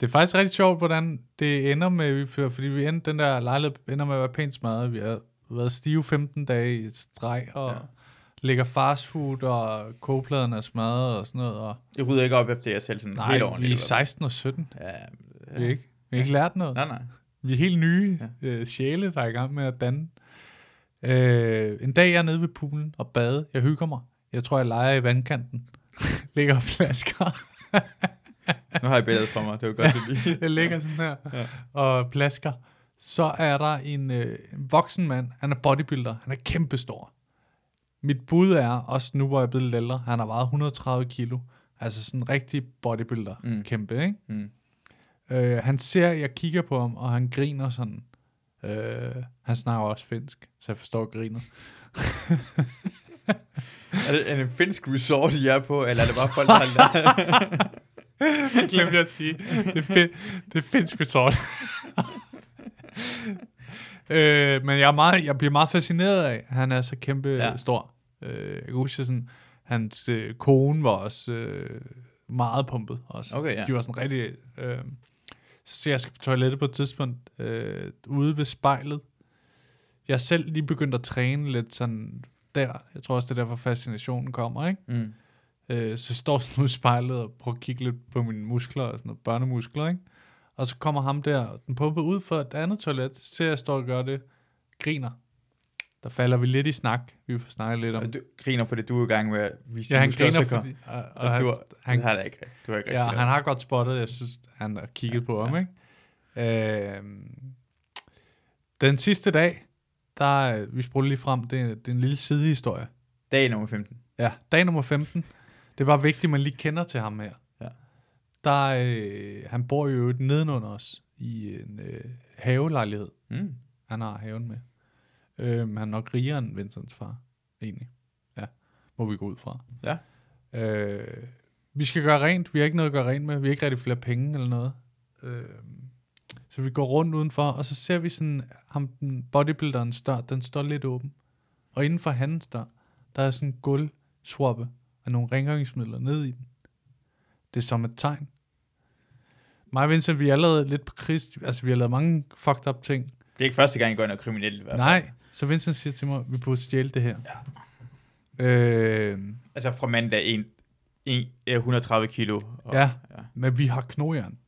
Det er faktisk rigtig sjovt, hvordan det ender med, vi- for- fordi vi endte, den der lejlighed ender med at være pænt smadret. Vi har været stive 15 dage i et streg, og ja.
Ja.
ligger fastfood, og kogepladerne er smadret og sådan noget. Og
I rydder ikke op efter jer selv sådan
Nej,
helt
vi er
ordentligt. eller
16 og 17.
hvad? Ja,
Ja. Vi har ikke, vi har ikke lært noget.
Nej, nej.
Vi er helt nye øh, sjæle, der er i gang med at danne. Øh, en dag jeg er nede ved poolen og bade. Jeg hygger mig. Jeg tror, jeg leger i vandkanten. *laughs* ligger og plasker.
Nu har jeg billedet for mig. Det var godt, at
*laughs*
lige...
jeg ligger sådan her ja.
Ja.
og plasker. Så er der en øh, en voksen mand. Han er bodybuilder. Han er kæmpestor. Mit bud er, også nu hvor jeg er blevet lidt ældre, han har vejet 130 kilo. Altså sådan en rigtig bodybuilder. Mm.
Mm.
Kæmpe, ikke?
Mm.
Øh, han ser, at jeg kigger på ham, og han griner sådan. Øh, han snakker også finsk, så jeg forstår grinet.
Er det en finsk resort, I er på, eller er det bare folk, der har lært?
Det *laughs* glemte jeg at sige. Det er, fin- det er finsk resort. *laughs* øh, men jeg, er meget, jeg bliver meget fascineret af, at han er så kæmpe ja.
Ja.
stor. Øh, jeg kan huske sådan, hans øh, kone var også øh, meget pumpet. Også.
Okay, ja.
De var sådan rigtig... Øh, så jeg skal på toilettet på et tidspunkt øh, ude ved spejlet. Jeg er selv lige begyndt at træne lidt sådan der. Jeg tror også, det er derfor fascinationen kommer, ikke?
Mm.
Øh, så jeg står sådan ud i spejlet og prøver at kigge lidt på mine muskler og sådan noget, børnemuskler, ikke? Og så kommer ham der, den pumper ud for et andet toilet, ser jeg står og gør det, griner. Der falder vi lidt i snak, vi får snakket lidt om.
Og du griner, fordi du er i gang med at vise
Ja, han
muskler, og
griner,
så kommer-
fordi, og,
Og,
og han,
du,
han-
han, det har det ikke rigtigt. Du har ikke
ja,
rigtig
han har godt spottet, jeg synes, han har kigget ja, på ham, ikke? Øh, den sidste dag, der, øh, vi spurgte lige frem, det, er- det er en lille sidehistorie.
Dag nummer 15.
Ja, dag nummer 15. Det er bare vigtigt, at man lige kender til ham her.
Ja.
Der, øh, han bor jo øvrigt nedenunder os i en øh, havelejlighed.
Mm.
Han har haven med. Øhm, han er nok rigere end Vincents far, egentlig. Ja, må vi gå ud fra.
Ja.
Øh, vi skal gøre rent. Vi har ikke noget at gøre rent med. Vi har ikke rigtig flere penge eller noget. Øh, så vi går rundt udenfor, og så ser vi sådan, ham, den bodybuilderens dør, den står lidt åben. Og inden for hans dør, der er sådan en gulvsruppe af nogle rengøringsmidler ned i den. Det er som et tegn. Mig og Vincent, vi er allerede lidt på krist. Altså, vi har lavet mange fucked up ting.
Det er ikke første gang, I går ind og er kriminelle i hvert fald.
Nej, så Vincent siger til mig, vi burde stjæle det her. Ja. Øh,
Altså fra mandag en, en, øh, 130 kilo. Og,
ja,
ja.
men vi har knojern.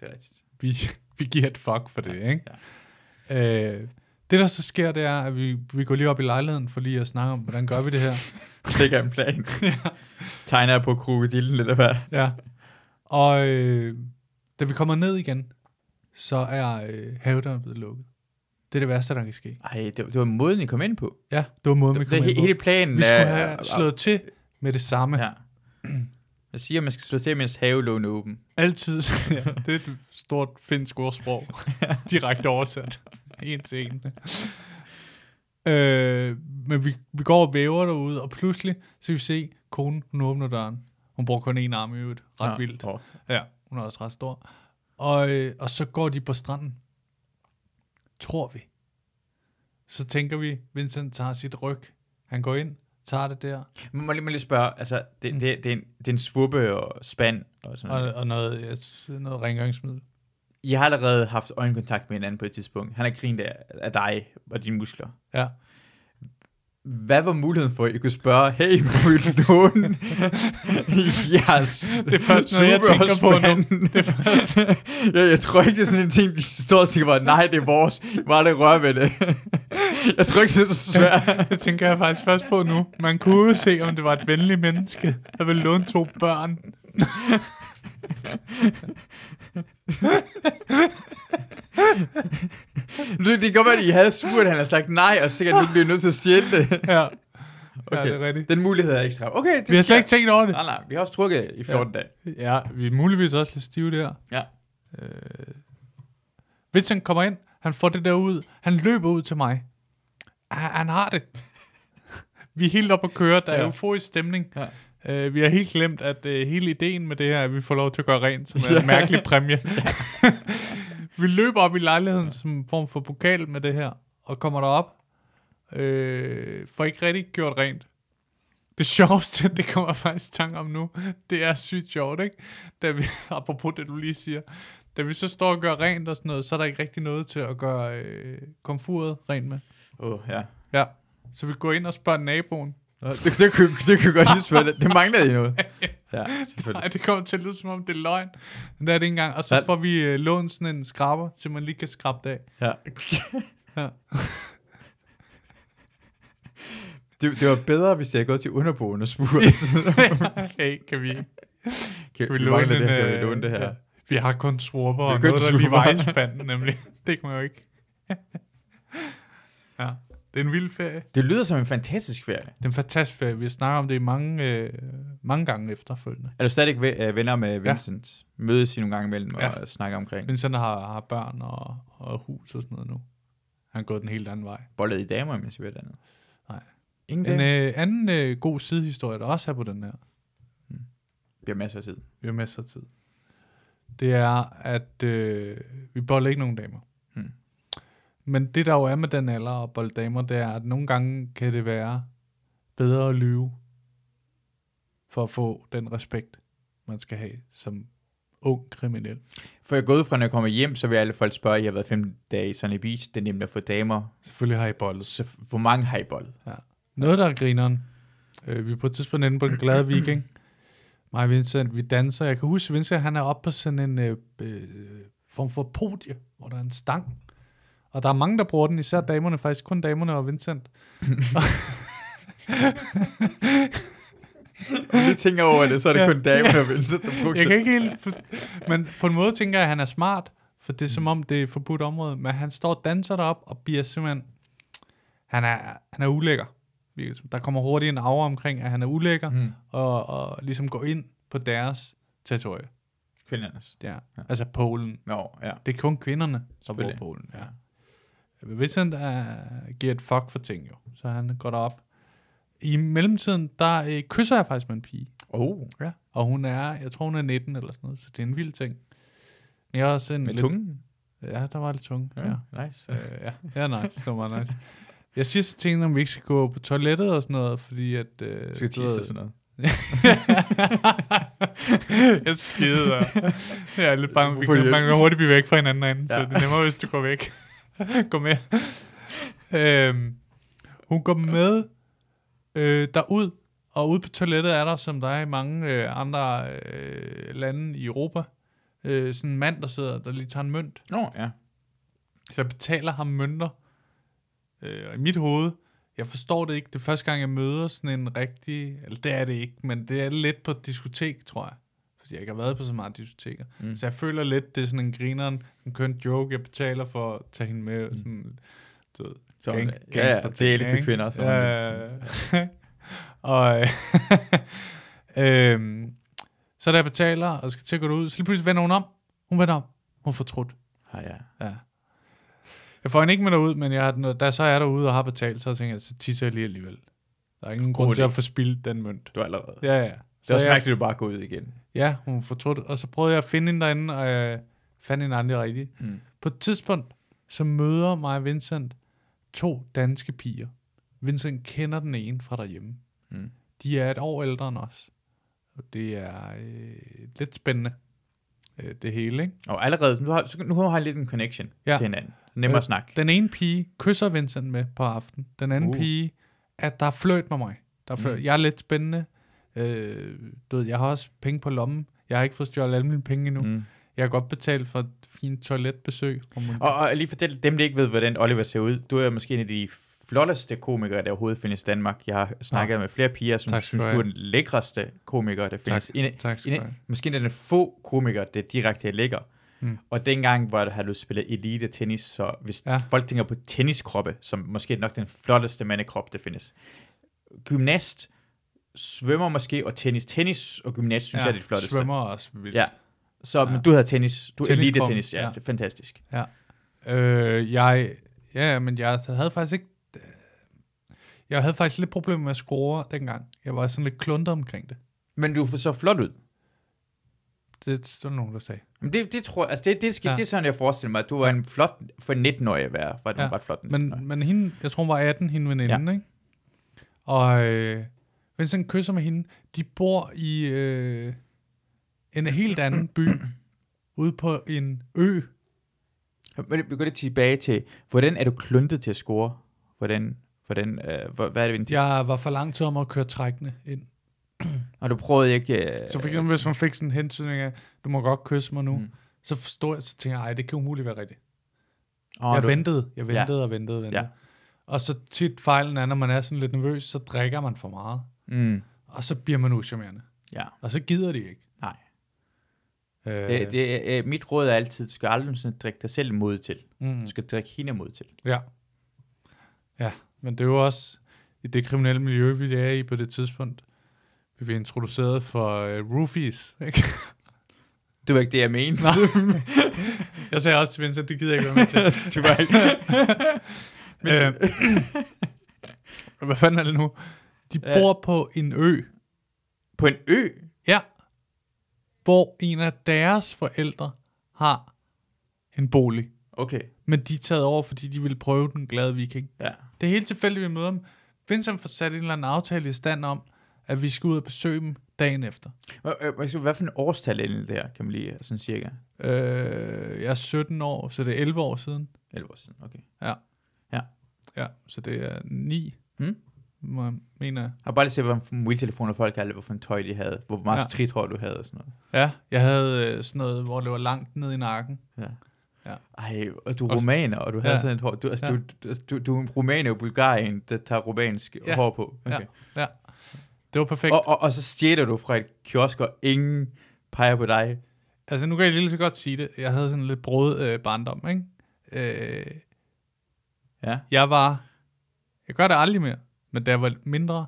Det er rigtigt.
Vi, *laughs* vi giver et fuck for det, ikke?
ja.
Ja. Øh, det, der så sker, det er, at vi, vi går lige op i lejligheden for lige at snakke om, hvordan gør vi det
*laughs*
her.
Det er en
*laughs*
plan. Tegner jeg på krokodillen, eller hvad?
ja. Og øh, da vi kommer ned igen, så er øh, havedøren blevet lukket. Det er det værste, der kan ske.
Ej, det, det var måden, I kom ind på.
Ja, det var måden, vi
Det,
kom
det,
ind
he,
på.
hele planen
Vi skulle
er-
have slået til med det samme.
Ja. Jeg siger, at man skal slå til, mens havelågen er åben.
Altid. *laughs* ja, det er et stort finsk *laughs* ordsprog. Direkte oversat. En til en. Øh, men vi, vi går og væver derude, og pludselig så kan vi se, konen, hun åbner døren. Hun bruger kun en arm i øvrigt. Ret ja.
Nå,
vildt.
åh.
Ja, hun er også ret stor. Og, øh, og så går de på stranden. Tror vi. Så tænker vi, Vincent tager sit ryg. Han går ind, tager det der,
Må må jeg lige, må jeg lige spørge, altså, det,
Mm.
det, det, er en, det er en svubbe og spand og sådan noget.
og, og noget, jeg synes, noget rengøringsmiddel.
I har allerede haft øjenkontakt med hinanden på et tidspunkt. Han har grint af, af dig og dine muskler.
Ja.
Hvad var muligheden for, at I kunne spørge, hey, må I låne jeres
Det er først noget, jeg tænker på nu.
Det først. *laughs* ja, jeg tror ikke, det er sådan en ting, de står og tænker bare, nej, det er vores. I må aldrig røre ved det. *laughs* jeg tror ikke, det er så svært.
Det tænker jeg faktisk først på nu. Man kunne jo se, om det var et venligt menneske, der ville låne to børn.
Det, det kan godt være, at I havde spurgt, at han har sagt nej, og sikkert nu bliver I nødt til at stjæle det.
*laughs* Ja, okay. ja
Okay.
det er rigtigt.
Den mulighed er ekstra. Okay, det
Vi har
sker.
slet ikke tænkt over det.
Nej, nej, vi har også trukket i 14 dage.
Ja, vi er muligvis også lidt stive der.
Ja.
Øh, Vincent kommer ind, han får det der ud, han løber ud til mig. Ah, Han, han har det.
*laughs*
vi er helt oppe at køre, der er
Ja.
euforisk stemning.
Ja.
Uh, vi har helt glemt, at uh, hele ideen med det her, er, at vi får lov til at gøre rent, som er
Ja.
en mærkelig præmie. *laughs* vi løber op i lejligheden som en form for pokal med det her, og kommer derop, øh, får ikke rigtig gjort rent. Det sjoveste, *laughs* det kommer jeg faktisk i tanke om nu, det er sygt sjovt, ikke? Da vi, *laughs* apropos det, du lige siger, da vi så står og gør rent og sådan noget, så er der ikke rigtig noget til at gøre øh, komfuret rent med.
Åh, ja.
Ja. Så vi går ind og spørger naboen.
Nå, Det, det, kunne, det kunne jeg godt lige spørge. Det, det manglede I *laughs* noget. Ja, selvfølgelig.
Nej, det kommer til at lyde som om, det er løgn. Men det er det ikke engang. Og så
Nej.
får vi øh, lånt sådan en skraber, til man lige kan skrabe det
*laughs*
af.
Ja.
Ja.
Det, det var bedre, hvis jeg havde gået til underboen og spurgt.
hey, kan
*laughs*
vi,
Kan
kan vi
mangler
låne en,
det her? Kan vi
øh,
låne det her?
ja. Vi har kun swapper
Vi har
og
kun
noget, der lige var
swapper.
ejspanden, nemlig. *laughs* Det kan man jo ikke. ja, det er en vild ferie.
Det lyder som en fantastisk ferie.
Det er en fantastisk ferie. Vi snakker om det i mange, øh, mange gange efterfølgende.
Er du stadig øh, venner med Vincent? Ja. Mødes I nogle gange imellem og
Ja.
ja. snakker omkring
Vincent har, har børn og, og hus og sådan noget nu. Han er gået den helt anden vej.
bollet i damer, hvis vi ved andet?
Nej.
Ingen
En
dame?
øh, anden øh, god sidehistorie, der også er på den her,
Vi har masser af tid.
vi har masser af tid, det er, at øh, vi bolder ikke nogen damer.
Mm.
Men det der jo er med den alder og bolde damer, det er, at nogle gange kan det være bedre at lyve, for at få den respekt, man skal have som ung kriminel.
For jeg går ud fra, når jeg kommer hjem, så vil alle folk spørge, at jeg har været fem dage i Sunny Beach. Det er nemt at få damer.
Selvfølgelig har I boldet.
Så f- hvor mange har I bollet?
Noget, der er grineren. Øh, vi er på et tidspunkt inde på den glade viking. Mig og Vincent, vi danser. Jeg kan huske, Vincent han er oppe på sådan en øh, øh, form for podie, hvor der er en stang. Og der er mange, der bruger den, især damerne faktisk. Kun damerne og Vincent.
Hvis jeg tænker over det, så er det
Ja.
kun damer, der vil sætte på
Jeg kan ikke helt forst- Men på en måde tænker jeg, at han er smart, for det er som om, det er et forbudt område. Men han står og danser derop og bliver simpelthen... Han er, han er ulækker. Virkelig som- Der kommer hurtigt en aura omkring, at han er ulækker,
Mm.
og, og ligesom går ind på deres territorie.
Kvindernes.
Ja.
Ja.
Altså Polen.
Nå, ja.
Det er kun kvinderne, der bor i
Selvfølgelig.
Polen. Ja.
Ja.
Men Vincent uh, giver et fuck for ting jo, så han går derop. I mellemtiden, der øh, kysser jeg faktisk med en pige,
Oh, ja.
og hun er, jeg tror hun er 19 eller sådan noget, så det er en vild ting. Men jeg er også en
Med
lidt,
tungen?
Ja, der var lidt tung. Ja.
Ja, nice.
Øh, ja, ja nice, det var nice. Jeg siger så til hende, om vi ikke skal gå på toilettet og sådan noget, fordi at... Øh,
Skal
du
tease
ved-
og sådan noget.
*laughs* jeg skider. Jeg er lidt bange, vi
Fordi-
kan, man kan hurtigt blive væk fra hinanden herinde, ja. så
Ja.
det er nemmere, hvis du går væk. *laughs* Gå med. Øhm, hun går med øh, derud, og ude på toilettet er der, som der er i mange øh, andre øh, lande i Europa, øh, sådan en mand, der sidder, der lige tager en mønt.
Nå, ja.
Så jeg betaler ham mønter. Øh, og i mit hoved, jeg forstår det ikke. Det er første gang, jeg møder sådan en rigtig... Eller det er det ikke, men det er det lidt på et diskotek, tror jeg. Fordi jeg ikke har været på så mange diskoteker. Mm.
Mm.
Så jeg føler lidt, det er sådan en grineren, en køn joke, jeg betaler for at tage hende med. Mm. Sådan, du ved,
Så,
gang,
ja, ja, det er lidt med kvinder. Så
Så ja, *laughs* og *laughs* øhm, så da jeg betaler og skal til at gå ud, så lige pludselig vender hun om. Hun vender om. Hun får trudt.
Ja, Ah, ja.
Ja. Jeg får hende ikke med derud, men jeg har, da så er jeg derude og har betalt, så tænker jeg, så tisser jeg lige alligevel. Der er ingen
God
grund til
idé.
at få spildt den mønt.
Du er allerede.
Ja, ja.
Det er
Så
også
jeg,
mærkeligt, at du bare går ud igen.
ja, hun fortrudt, og så prøvede jeg at finde hende derinde, og jeg fandt hende aldrig rigtigt.
Mm.
På et tidspunkt, så møder mig og Vincent to danske piger. Vincent kender den ene fra derhjemme.
Mm.
De er et år ældre end os. Og det er øh, lidt spændende, øh, det hele, ikke?
Og allerede, nu har, så nu har han lidt en connection
Ja.
ja. til hinanden. Nemmere
Øh,
at snakke.
Den ene pige kysser Vincent med på aften. Den anden uh.
Uh.
pige, at der er fløjt med mig. Der er fløjt. Mm.
Mm.
Jeg er lidt spændende. Øh, du ved, jeg har også penge på lommen. Jeg har ikke fået stjålet alle mine penge endnu. Mm.
Mm.
Jeg har godt betalt for et fint toiletbesøg. om man-
Og, og lige fortæl dem, der ikke ved, hvordan Oliver ser ud. Du er måske en af de flotteste komikere, der overhovedet findes i Danmark. Jeg har snakket ja. med flere piger, som
Tak
tak,
skal
synes,
du
du
have.
er den lækreste komiker, der findes.
Tak.
En, af-
tak skal
en,
du
af-
have.
måske en af de få komikere, der direkte er lækker.
Mm.
Mm. Og dengang hvor der, havde du spillet elite tennis, så hvis
Ja.
ja. folk tænker på tenniskroppe, som måske er nok den flotteste mandekrop, der findes. Gymnast, svømmer måske, og tennis. Tennis og gymnast, synes ja, jeg er det flotteste.
Svømmer også vildt.
Ja. Så men
Ja.
du havde tennis. Du er
Tenniskroppen,
elite tennis. Ja,
ja.
ja, det er fantastisk.
Ja. Øh, jeg, ja, men jeg havde faktisk ikke... Jeg havde faktisk lidt problemer med at score dengang. Jeg var sådan lidt kluntet omkring det.
Men du så flot ud.
Det stod nogen, der sagde.
Men det, det tror jeg, altså det, det, skal,
Ja.
ja. det er sådan, jeg forestiller mig, at du var en flot, for 19-årig at være, var du
Ja,
ja. ret flot.
Men, men hende, jeg tror hun var 18, hende veninden, ja. ikke? Og øh, Vincent kysser med hende. De bor i øh, en helt anden by, *clears throat* ude på en ø.
Men vi går lidt tilbage til, hvordan er du kluntet til at score? Hvordan, hvordan, øh, hvor, hvad er det, ved en
Jeg var for lang tid om at køre trækkende ind.
Og du prøvede ikke... Øh,
Så for eksempel, hvis man fik sådan en hentydning af, du må godt kysse mig nu, mm.
Mm.
så forstod jeg, så tænkte jeg, ej, det kan umuligt være rigtigt.
åh,
jeg
du,
ventede, jeg
Ja.
ventede og ventede og ventede.
Ja.
Og så tit fejlen er, når man er sådan lidt nervøs, så drikker man for meget.
Mm,
Og så bliver man uschammerende.
ja.
Og så gider de ikke.
Nej.
Øh,
Øh, det, øh, mit råd er altid, du skal aldrig sådan drikke dig selv mod til.
Mm,
Du skal drikke hende mod til.
ja. Ja, men det er jo også i det kriminelle miljø, vi er i på det tidspunkt. Vi blev introduceret for uh, roofies. *laughs* Ikke?
Det var ikke det, jeg mente. *laughs*
*laughs* jeg sagde også til Vincent, det gider jeg ikke være med til.
*laughs* det var ikke. *laughs*
øh, hvad fanden er det nu? De
Ja.
bor på en ø,
På en ø?
ja, hvor en af deres forældre har en bolig.
Okay,
Men de er taget over, fordi de ville prøve den glade viking.
ja.
Det er helt tilfældigt, vi møder dem. Vincent får sat en eller anden aftale i stand om, at vi skal ud og besøge dem dagen efter.
Hvad- øh, hvad- Hvad for en årstal er det der, kan man lige sådan cirka?
Øh, jeg er 17 år, så det er 11 år siden.
11 år siden, okay.
Ja, så det er 9,
Hmm?
må jeg- mener jeg.
Jeg har bare lige set, hvad for mobiltelefoner folk havde, hvad for en tøj de havde, hvor meget
Ja.
ja. stridthår du havde og sådan noget.
Ja, jeg havde øh, sådan noget, hvor det var langt ned i nakken.
Ja.
Ja.
Ej, og du er
Og s-
romaner, og du havde
Ja.
ja. sådan et hår. Du, altså,
Ja.
ja. du, altså, du, du er en rumæner og bulgarien, der tager romansk
Ja.
ja. hår på. Okay.
Ja, ja. Det var perfekt.
Ja. Og, og, og så stjæler du fra et kiosk, og ingen peger på dig.
Altså, nu kan jeg lige så godt sige det. Jeg havde sådan lidt brød øh, barndom, ikke? Øh,
Ja.
jeg var... Jeg gør det aldrig mere, men da jeg var mindre,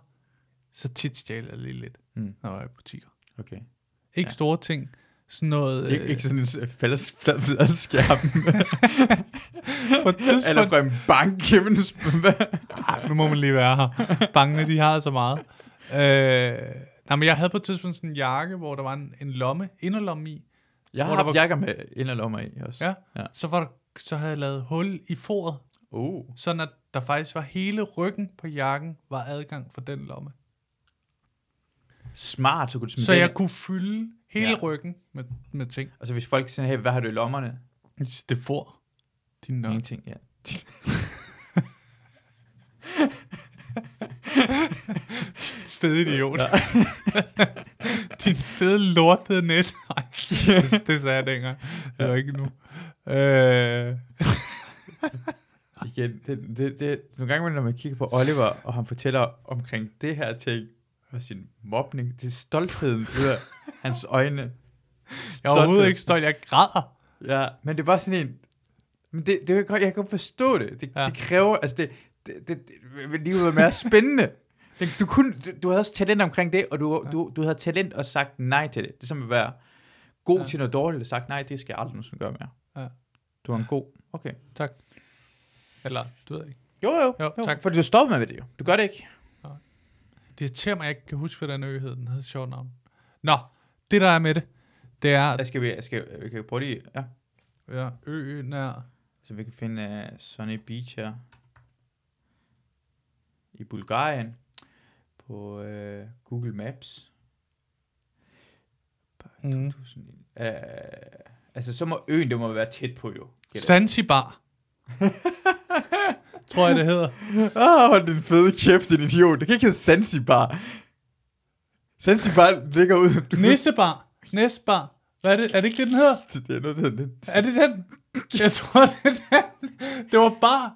så tit stjal jeg lige lidt,
Mm.
når jeg var i butikker.
Okay.
Ikke ja.
Ja.
store ting, sådan noget...
Øh. Ik- ikke sådan en fælles flad, flad skærm.
*laughs* på et tidspunkt...
Eller fra en bank. *laughs* Jamen, hvad?
Ah, nu må man lige være her. Bankene, de har så meget. Øh, nej, men jeg havde på et tidspunkt sådan en jakke, hvor der var en, en lomme, inderlomme i.
Jeg
Hvor
har
der
haft
var-
jakker med inderlommer i også.
Ja.
Ja.
Så, var der, så havde jeg lavet hul i foret,
Uh.
sådan at der faktisk var hele ryggen på jakken, var adgang for den lomme.
Smart, så kunne du smide
Så
det
jeg
ind.
kunne fylde hele ja.
Ja.
ryggen med, med ting.
Altså hvis folk siger, hey, hvad har du i lommerne?
Det får. Din
Ja.
nørd.
Ingenting, ja.
Fed idiot. *laughs* Ja. Din fede lortede net. *laughs* Ej, det, det sagde jeg dengang. Det var ikke nu. Øh, *laughs*
Igen, det, det, det, nogle gange, når man kigger på Oliver, og han fortæller omkring det her ting, og sin mobning, det er stoltheden ud af hans øjne.
jeg er overhovedet
Stolthed.
ikke stolt. Jeg græder.
Ja, men det var sådan en... Men det, det er jo ikke- jeg kan godt forstå det. Det,
Ja.
ja. det kræver... Altså, det, det, det, det livet er mere spændende. Men Du, kunne, du- du havde også talent omkring det, og du, du, du havde talent og sagt nej til det. Det er som at være god
Ja.
ja. til noget dårligt, og sagt nej, det skal jeg aldrig nogensinde gøre mere.
Ja.
Du var en god... Okay.
Tak. Eller, du ved ikke.
Jo, jo.
Jo, tak.
Fordi du stopper med det jo. Du gør det ikke.
Det irriterer mig, at jeg ikke kan huske, hvad den ø hed. Den havde sjovt navn. Nå, det der er med det, det er...
Jeg skal, vi, jeg skal, vi kan jo prøve lige... Ja.
Ja, øen er...
Så vi kan finde uh, Sunny Beach her. I Bulgarien. På uh, Google Maps.
Mm.
Uh, altså, så må øen, det må være tæt på jo.
Zanzibar. *laughs* Tror jeg, det hedder.
Åh, oh, den fede kæft, din idiot. Det kan ikke hedde Zanzibar. Zanzibar ligger ud. *laughs* Du,
Nissebar. Næsbar. Hvad er det? Er det ikke det, den hedder?
det er noget, det, det,
Er det den? Jeg tror, det er den. Det var bar.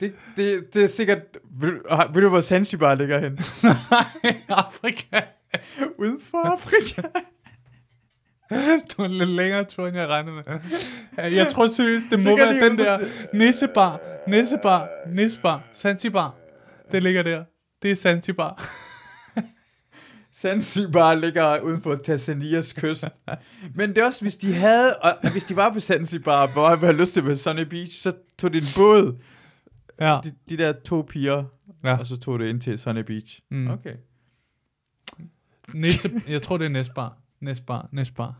det, det, det er sikkert... Ved, du- ah, ved du, hvor Zanzibar ligger hen?
Nej, Afrika.
*laughs* Uden for Afrika.
Det var en lidt længere tur, end jeg regnede med. Jeg tror seriøst, det må
Ligger
være
lige
den
ude
der Nissebar. Nissebar. Nissebar. Zanzibar. Det ligger der. Det er Zanzibar.
Zanzibar ligger uden for Tanzanias kyst. Men det er også, hvis de havde, og og hvis de var på Zanzibar, hvor jeg havde lyst til at være Sunny Beach, så tog de en båd,
Ja.
de, de der to piger,
Ja.
ja. og så tog det ind til Sunny Beach.
Mm.
Okay.
Næste, jeg tror, det er næstbar. Næstbar, næstbar.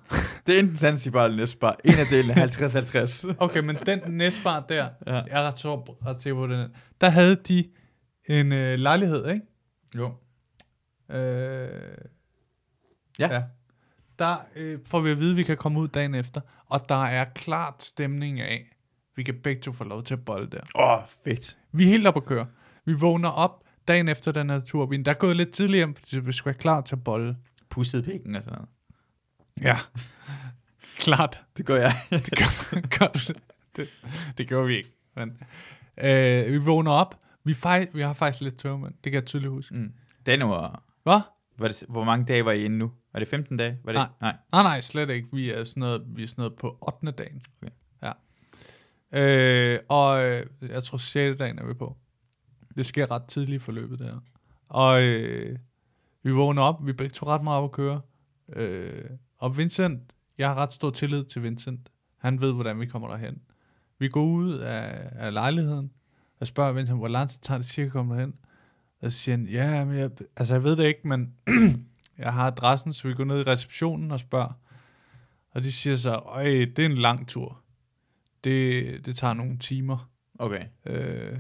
Det er enten Zanzibar eller Nesbar. En af delene er 50-50.
Okay, men den næstbar der,
Ja.
jeg er ret stor ret sikker på den. er. Der havde de en øh, lejlighed, ikke?
Jo.
Øh,
Ja.
Der øh, får vi at vide, at vi kan komme ud dagen efter, og der er klart stemning af, at vi kan begge to få lov til at bolle der.
Åh, oh, fedt.
Vi er helt oppe at køre. Vi vågner op dagen efter den her tur. Vi er endda gået lidt tidligere, hjem, fordi vi skal være klar til at bolle.
Pussede pikken og sådan noget.
Ja. *laughs* klart.
Det gør jeg.
Det gør, *laughs* gør du det. det. Det gjorde vi ikke. Men, øh, vi vågner op. Vi, fej, vi har faktisk lidt tørmænd. Det kan jeg tydeligt huske.
mm. Den var,
Hvad?
var det, hvor mange dage var I inde nu? Var det 15 dage? Var det,
Nej.
Nej.
Nej, nej, slet ikke. Vi er sådan noget, vi er sådan noget på 8. dagen.
Okay.
Ja. Øh, og øh, jeg tror 6. dagen er vi på. Det sker ret tidligt i forløbet der. Og øh, vi vågner op, vi er begge to ret meget op at køre. Øh, og Vincent, jeg har ret stor tillid til Vincent. Han ved, hvordan vi kommer derhen. Vi går ud af, af lejligheden og spørger Vincent, hvor lang tid tager det cirka at komme derhen? Og så siger han, ja, men jeg, altså jeg ved det ikke, men *clears throat* jeg har adressen, så vi går ned i receptionen og spørger. Og de siger så, øj, det er en lang tur. Det, det tager nogle timer.
Okay.
Øh,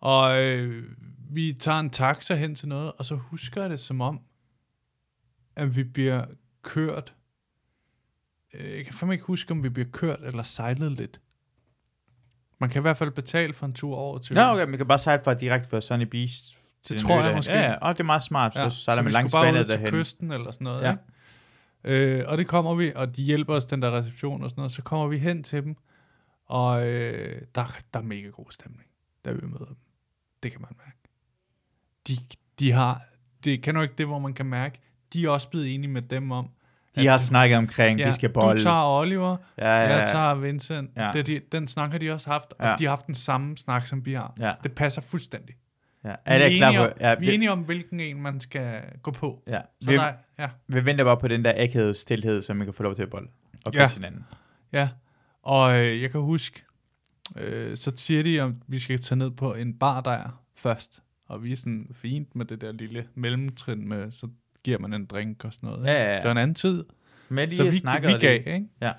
og øh, vi tager en taxa hen til noget, og så husker jeg det som om, at vi bliver kørt. Øh, Jeg kan fandme ikke huske, om vi bliver kørt eller sejlet lidt. Man kan i hvert fald betale for en tur over til...
Nå, okay, man kan bare sejle fra direkte fra Sunny Beach. til
Det
den
tror
ø
jeg
der.
måske.
Ja, ja. Og det er meget smart, ja. så sejler
vi
man
skulle
langs
bare ud
vandet
til
derhen.
kysten eller sådan noget. Ja.
Ja.
Ikke? Øh, og det kommer vi, og de hjælper os, den der reception og sådan noget. Så kommer vi hen til dem, og øh, der, der er mega god stemning, da vi møder dem. Det kan man mærke. De, de har, det kan jo ikke det, hvor man kan mærke, de er også blevet enige med dem om,
De har snakket omkring, ja,
ja,
vi skal
du
bolle.
tager Oliver,
ja, ja,
jeg
ja.
tager Vincent. Ja.
Ja.
Det, er de, den snak har de også haft, og ja.
Ja.
de har haft den samme snak, som vi har.
Ja.
Det passer fuldstændig.
ja.
Vi er,
Er det klar
enige om,
på? Ja,
vi er
vi,
enige om, hvilken en man skal gå på.
ja.
Så
Vi,
der, ja,
vi, venter bare på den der akavede stilhed, så man kan få lov til at bolle. Og
Ja.
ja. hinanden.
ja. Og øh, jeg kan huske, øh, så siger de, om vi skal tage ned på en bar, der er først. Og vi er sådan fint med det der lille mellemtrin med, så giver man en drink og sådan noget.
Ja,
ikke?
ja,
Det var
ja.
en anden tid,
Men de
så vi,
snakker
vi
det.
gav, ikke?
Ja.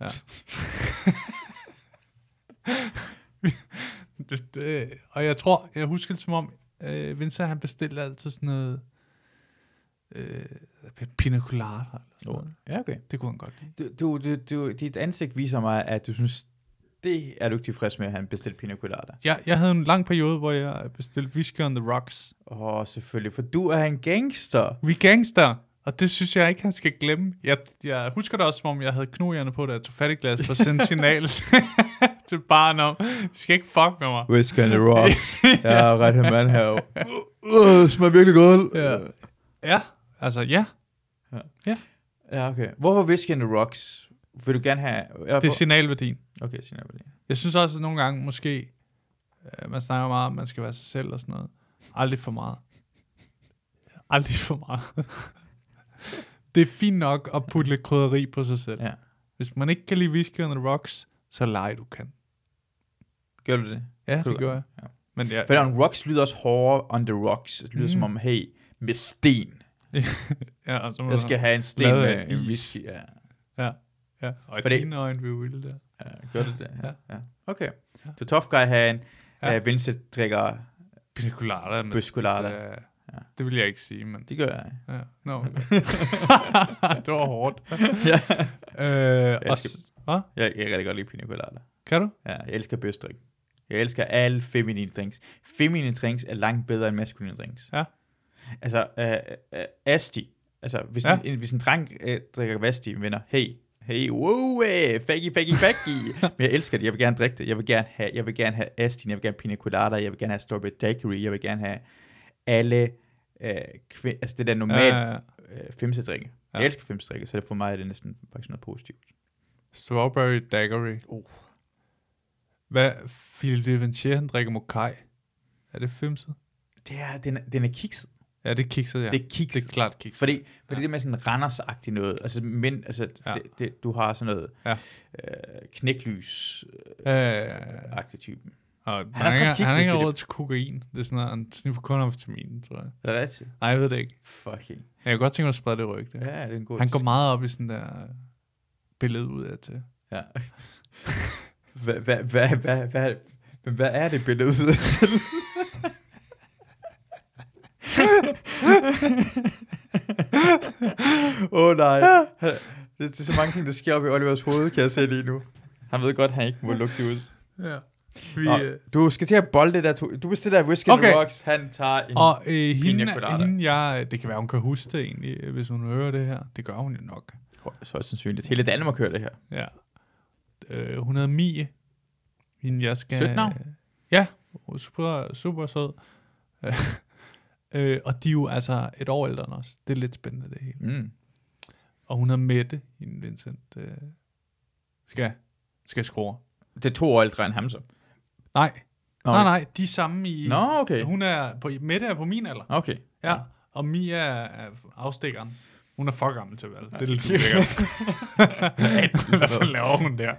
ja. *laughs* det, det, og jeg tror, jeg husker det som om, øh, Vincent han bestilte altid sådan noget, øh, pina colada eller sådan noget.
Ja, okay.
Det kunne han godt lide.
Du, du, du, du, dit ansigt viser mig, at du synes, det er du ikke tilfreds med, at han bestilte pina colada.
Jeg, jeg havde en lang periode, hvor jeg bestilte whisky on the rocks.
Åh, oh, selvfølgelig, for du er en gangster.
Vi er gangster, og det synes jeg ikke, han skal glemme. Jeg, jeg husker det også, som om jeg havde knogjerne på, da jeg tog fattigglas for at sende signal *laughs* til barn om, "I skal ikke fuck med mig.
Whiskey and the *laughs* Rocks. ja, ret her mand her. Uh, uh, smager virkelig godt.
Ja. Ja, altså ja.
ja, okay. Hvorfor Whiskey and the Rocks? Vil du gerne have... Ja,
Det er signalværdien.
hvor- Okay, Sina Berlin.
Jeg synes også, at nogle gange måske, øh, man snakker meget om, at man skal være sig selv og sådan noget. Aldrig for meget. Aldrig for meget. *laughs* det er fint nok at putte lidt krydderi på sig selv.
Ja.
Hvis man ikke kan lide whisky on the rocks, så lej du kan.
Gør du det?
Ja,
Kunne
det
du
gør jeg.
godt. Ja.
Men jeg,
For on rocks lyder også hårdere on the rocks. Det lyder
Mm.
som om, hey, med sten.
*laughs* ja, og så må
Jeg skal have en sten
Lavet af
med en
is.
whisky. Ja.
Ja, og i
For det-
dine øjne vil Will der.
ja gør du det?
Ja.
Ja. ja. Okay. Så tough guy har en...
Ja.
Ja. Uh, Vincent drikker...
Pina colada. men
Bøs colada.
Det, øh,
Ja.
det vil jeg ikke sige, men...
Det gør jeg.
Ja. Nå,
*laughs*
okay. *laughs* det var hårdt.
ja.
Øh, og,
skal-
s- hvad?
*laughs* Jeg, jeg kan rigtig godt lide pina colada.
Kan du?
Ja, jeg elsker bøstdrik. Jeg elsker alle feminine drinks. Feminine drinks er langt bedre end maskuline drinks.
Ja.
Altså, øh, øh, asti. Altså, hvis,
Ja.
ja. en, hvis en dreng øh, drikker vasti, venner, hey, hey, wow, øh, faggy, faggy, *laughs* faggy. Men jeg elsker det, jeg vil gerne drikke det. Jeg vil gerne have, jeg vil gerne have asti, jeg vil gerne pina colada, jeg vil gerne have strawberry daiquiri, jeg vil gerne have alle, øh, kvi- altså det der normale
Øh,
øh, femsedrikke. Ja.
Ja.
Jeg elsker femsedrikke, så det for mig er det næsten faktisk noget positivt.
strawberry daiquiri.
Uh.
Hvad? Philip de Vincier, han drikker mokai. Er det femset?
Det er, den, er- den er kikset.
Ja, det kikser, ja.
Det er kiks.
det er klart kiks.
Fordi, fordi ja. det med sådan Randers-agtigt noget, altså, men, altså
Ja.
ja. det, det, du har sådan noget
Ja.
ja. øh, knæklys-agtig
Øh,
typen.
og han,
også
har ikke,
ret kikset,
han har ikke
Philip.
råd til kokain. Det er sådan noget, han sniffer kun amfetamin, tror jeg.
Er det rigtigt?
Nej, jeg ved det ikke.
Fucking.
Men jeg kunne godt tænke mig at sprede det rygte.
Ja, det er en god
Han går meget op i sådan der billede ud af til.
*laughs* Ja. Hvad, hvad, hvad, hvad, hvad, men hvad er det billede ud til? *laughs* Åh oh, nej. Han- Det, det, er så mange ting, der sker op i Olivers hoved, kan jeg se lige nu. Han ved godt, han ikke må lukke det ud.
Ja.
Nå,
Vi, øh,
du skal til at bolde det der. Du, du bestiller whisky okay.
Okay.
rocks. Han tager en...
og øh, hende,
colada.
hende jeg, det kan være, hun kan huske det egentlig, øh, hvis hun hører det her. Det gør hun jo nok.
Så er det sandsynligt. Hele Danmark hører det her.
Ja. Øh, hun hedder Mie. Hende jeg skal...
Sødt navn.
Ja, hun er super, super sød. *laughs* øh, og de er jo altså et år ældre end os. Det er lidt spændende det hele.
Mm.
Og hun er Mette, hende Vincent. Øh, skal, skal score.
Det er to år ældre end ham så.
Nej,
Nå,
nej, nej, de er samme i...
Nå, okay.
Hun er på, Mette er på min alder.
Okay.
Ja, og Mia er afstikkeren. Hun er for gammel til valg. Det er lidt
Ja.
ulækkert.
*laughs*
Hvad for laver hun der?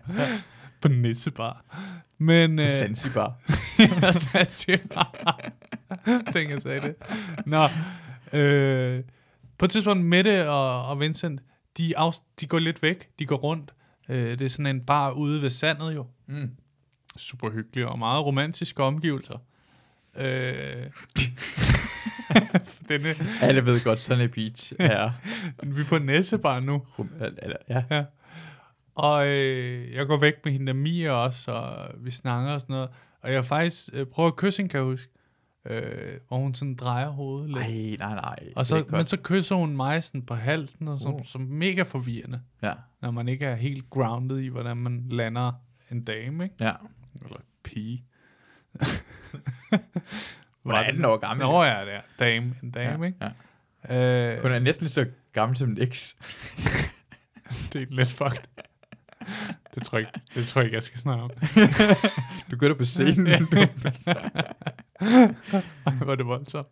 På nissebar. Men... Øh,
Zanzibar.
jeg sagde *laughs* Tænk, jeg sagde det. Nå. Øh, på et tidspunkt, Mette og, og Vincent, de, af, de går lidt væk. De går rundt. Øh, det er sådan en bar ude ved sandet jo.
Mm.
Super hyggelig og meget romantiske omgivelser. Øh, *laughs* denne,
*laughs* Alle ved godt, Sunny Beach er...
vi er på Næssebar nu.
Rum, eller, ja.
Og øh, jeg går væk med hende og Mia også, og vi snakker og sådan noget. Og jeg faktisk øh, prøver at kysse hende, kan jeg huske. Øh, hvor hun sådan drejer hovedet lidt.
Ej, nej, nej.
og
det er
så,
ikke
men
godt.
så kysser hun mig sådan på halsen, og sådan,
Uh.
uh. som mega forvirrende,
Ja,
når man ikke er helt grounded i, hvordan man lander en dame, ikke?
ja.
Eller
*laughs*
pige.
Hun er 18 år gammel.
Nå ja, det er dame, en dame,
ja,
ikke?
ja.
Øh,
Hun er næsten lige så gammel som en eks.
*laughs* det er lidt fucked.
*laughs*
det, tror jeg, ikke- det tror jeg ikke, jeg skal snakke om.
Du gør
*laughs*
det på *laughs* scenen. altså. du.
Ej, hvor er det voldsomt.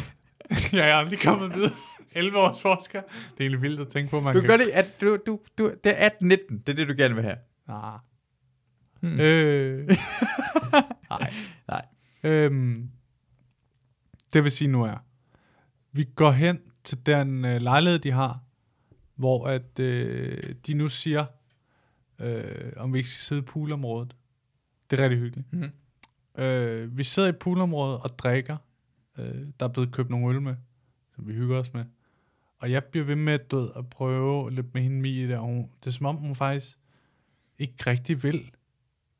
*laughs* jeg er aldrig kommet videre. *laughs* 11 års forsker. Det er egentlig vildt at tænke på, man
Du
kan...
gør det, at du, du, du, det er 18-19. Det er det, du gerne vil have.
Ah.
Hmm. *laughs*
Øh. Nej.
Nej.
Øhm. Det vil sige nu er, vi går hen til den øh, lejlighed, de har, hvor at øh, de nu siger, øh, om vi ikke skal sidde i poolområdet. Det er rigtig hyggeligt.
Mhm.
Øh, vi sidder i poolområdet og drikker. Øh, der er blevet købt nogle øl med, som vi hygger os med. Og jeg bliver ved med du ved, at prøve lidt med hende Mie der. og Hun, det er som om, hun faktisk ikke rigtig vil.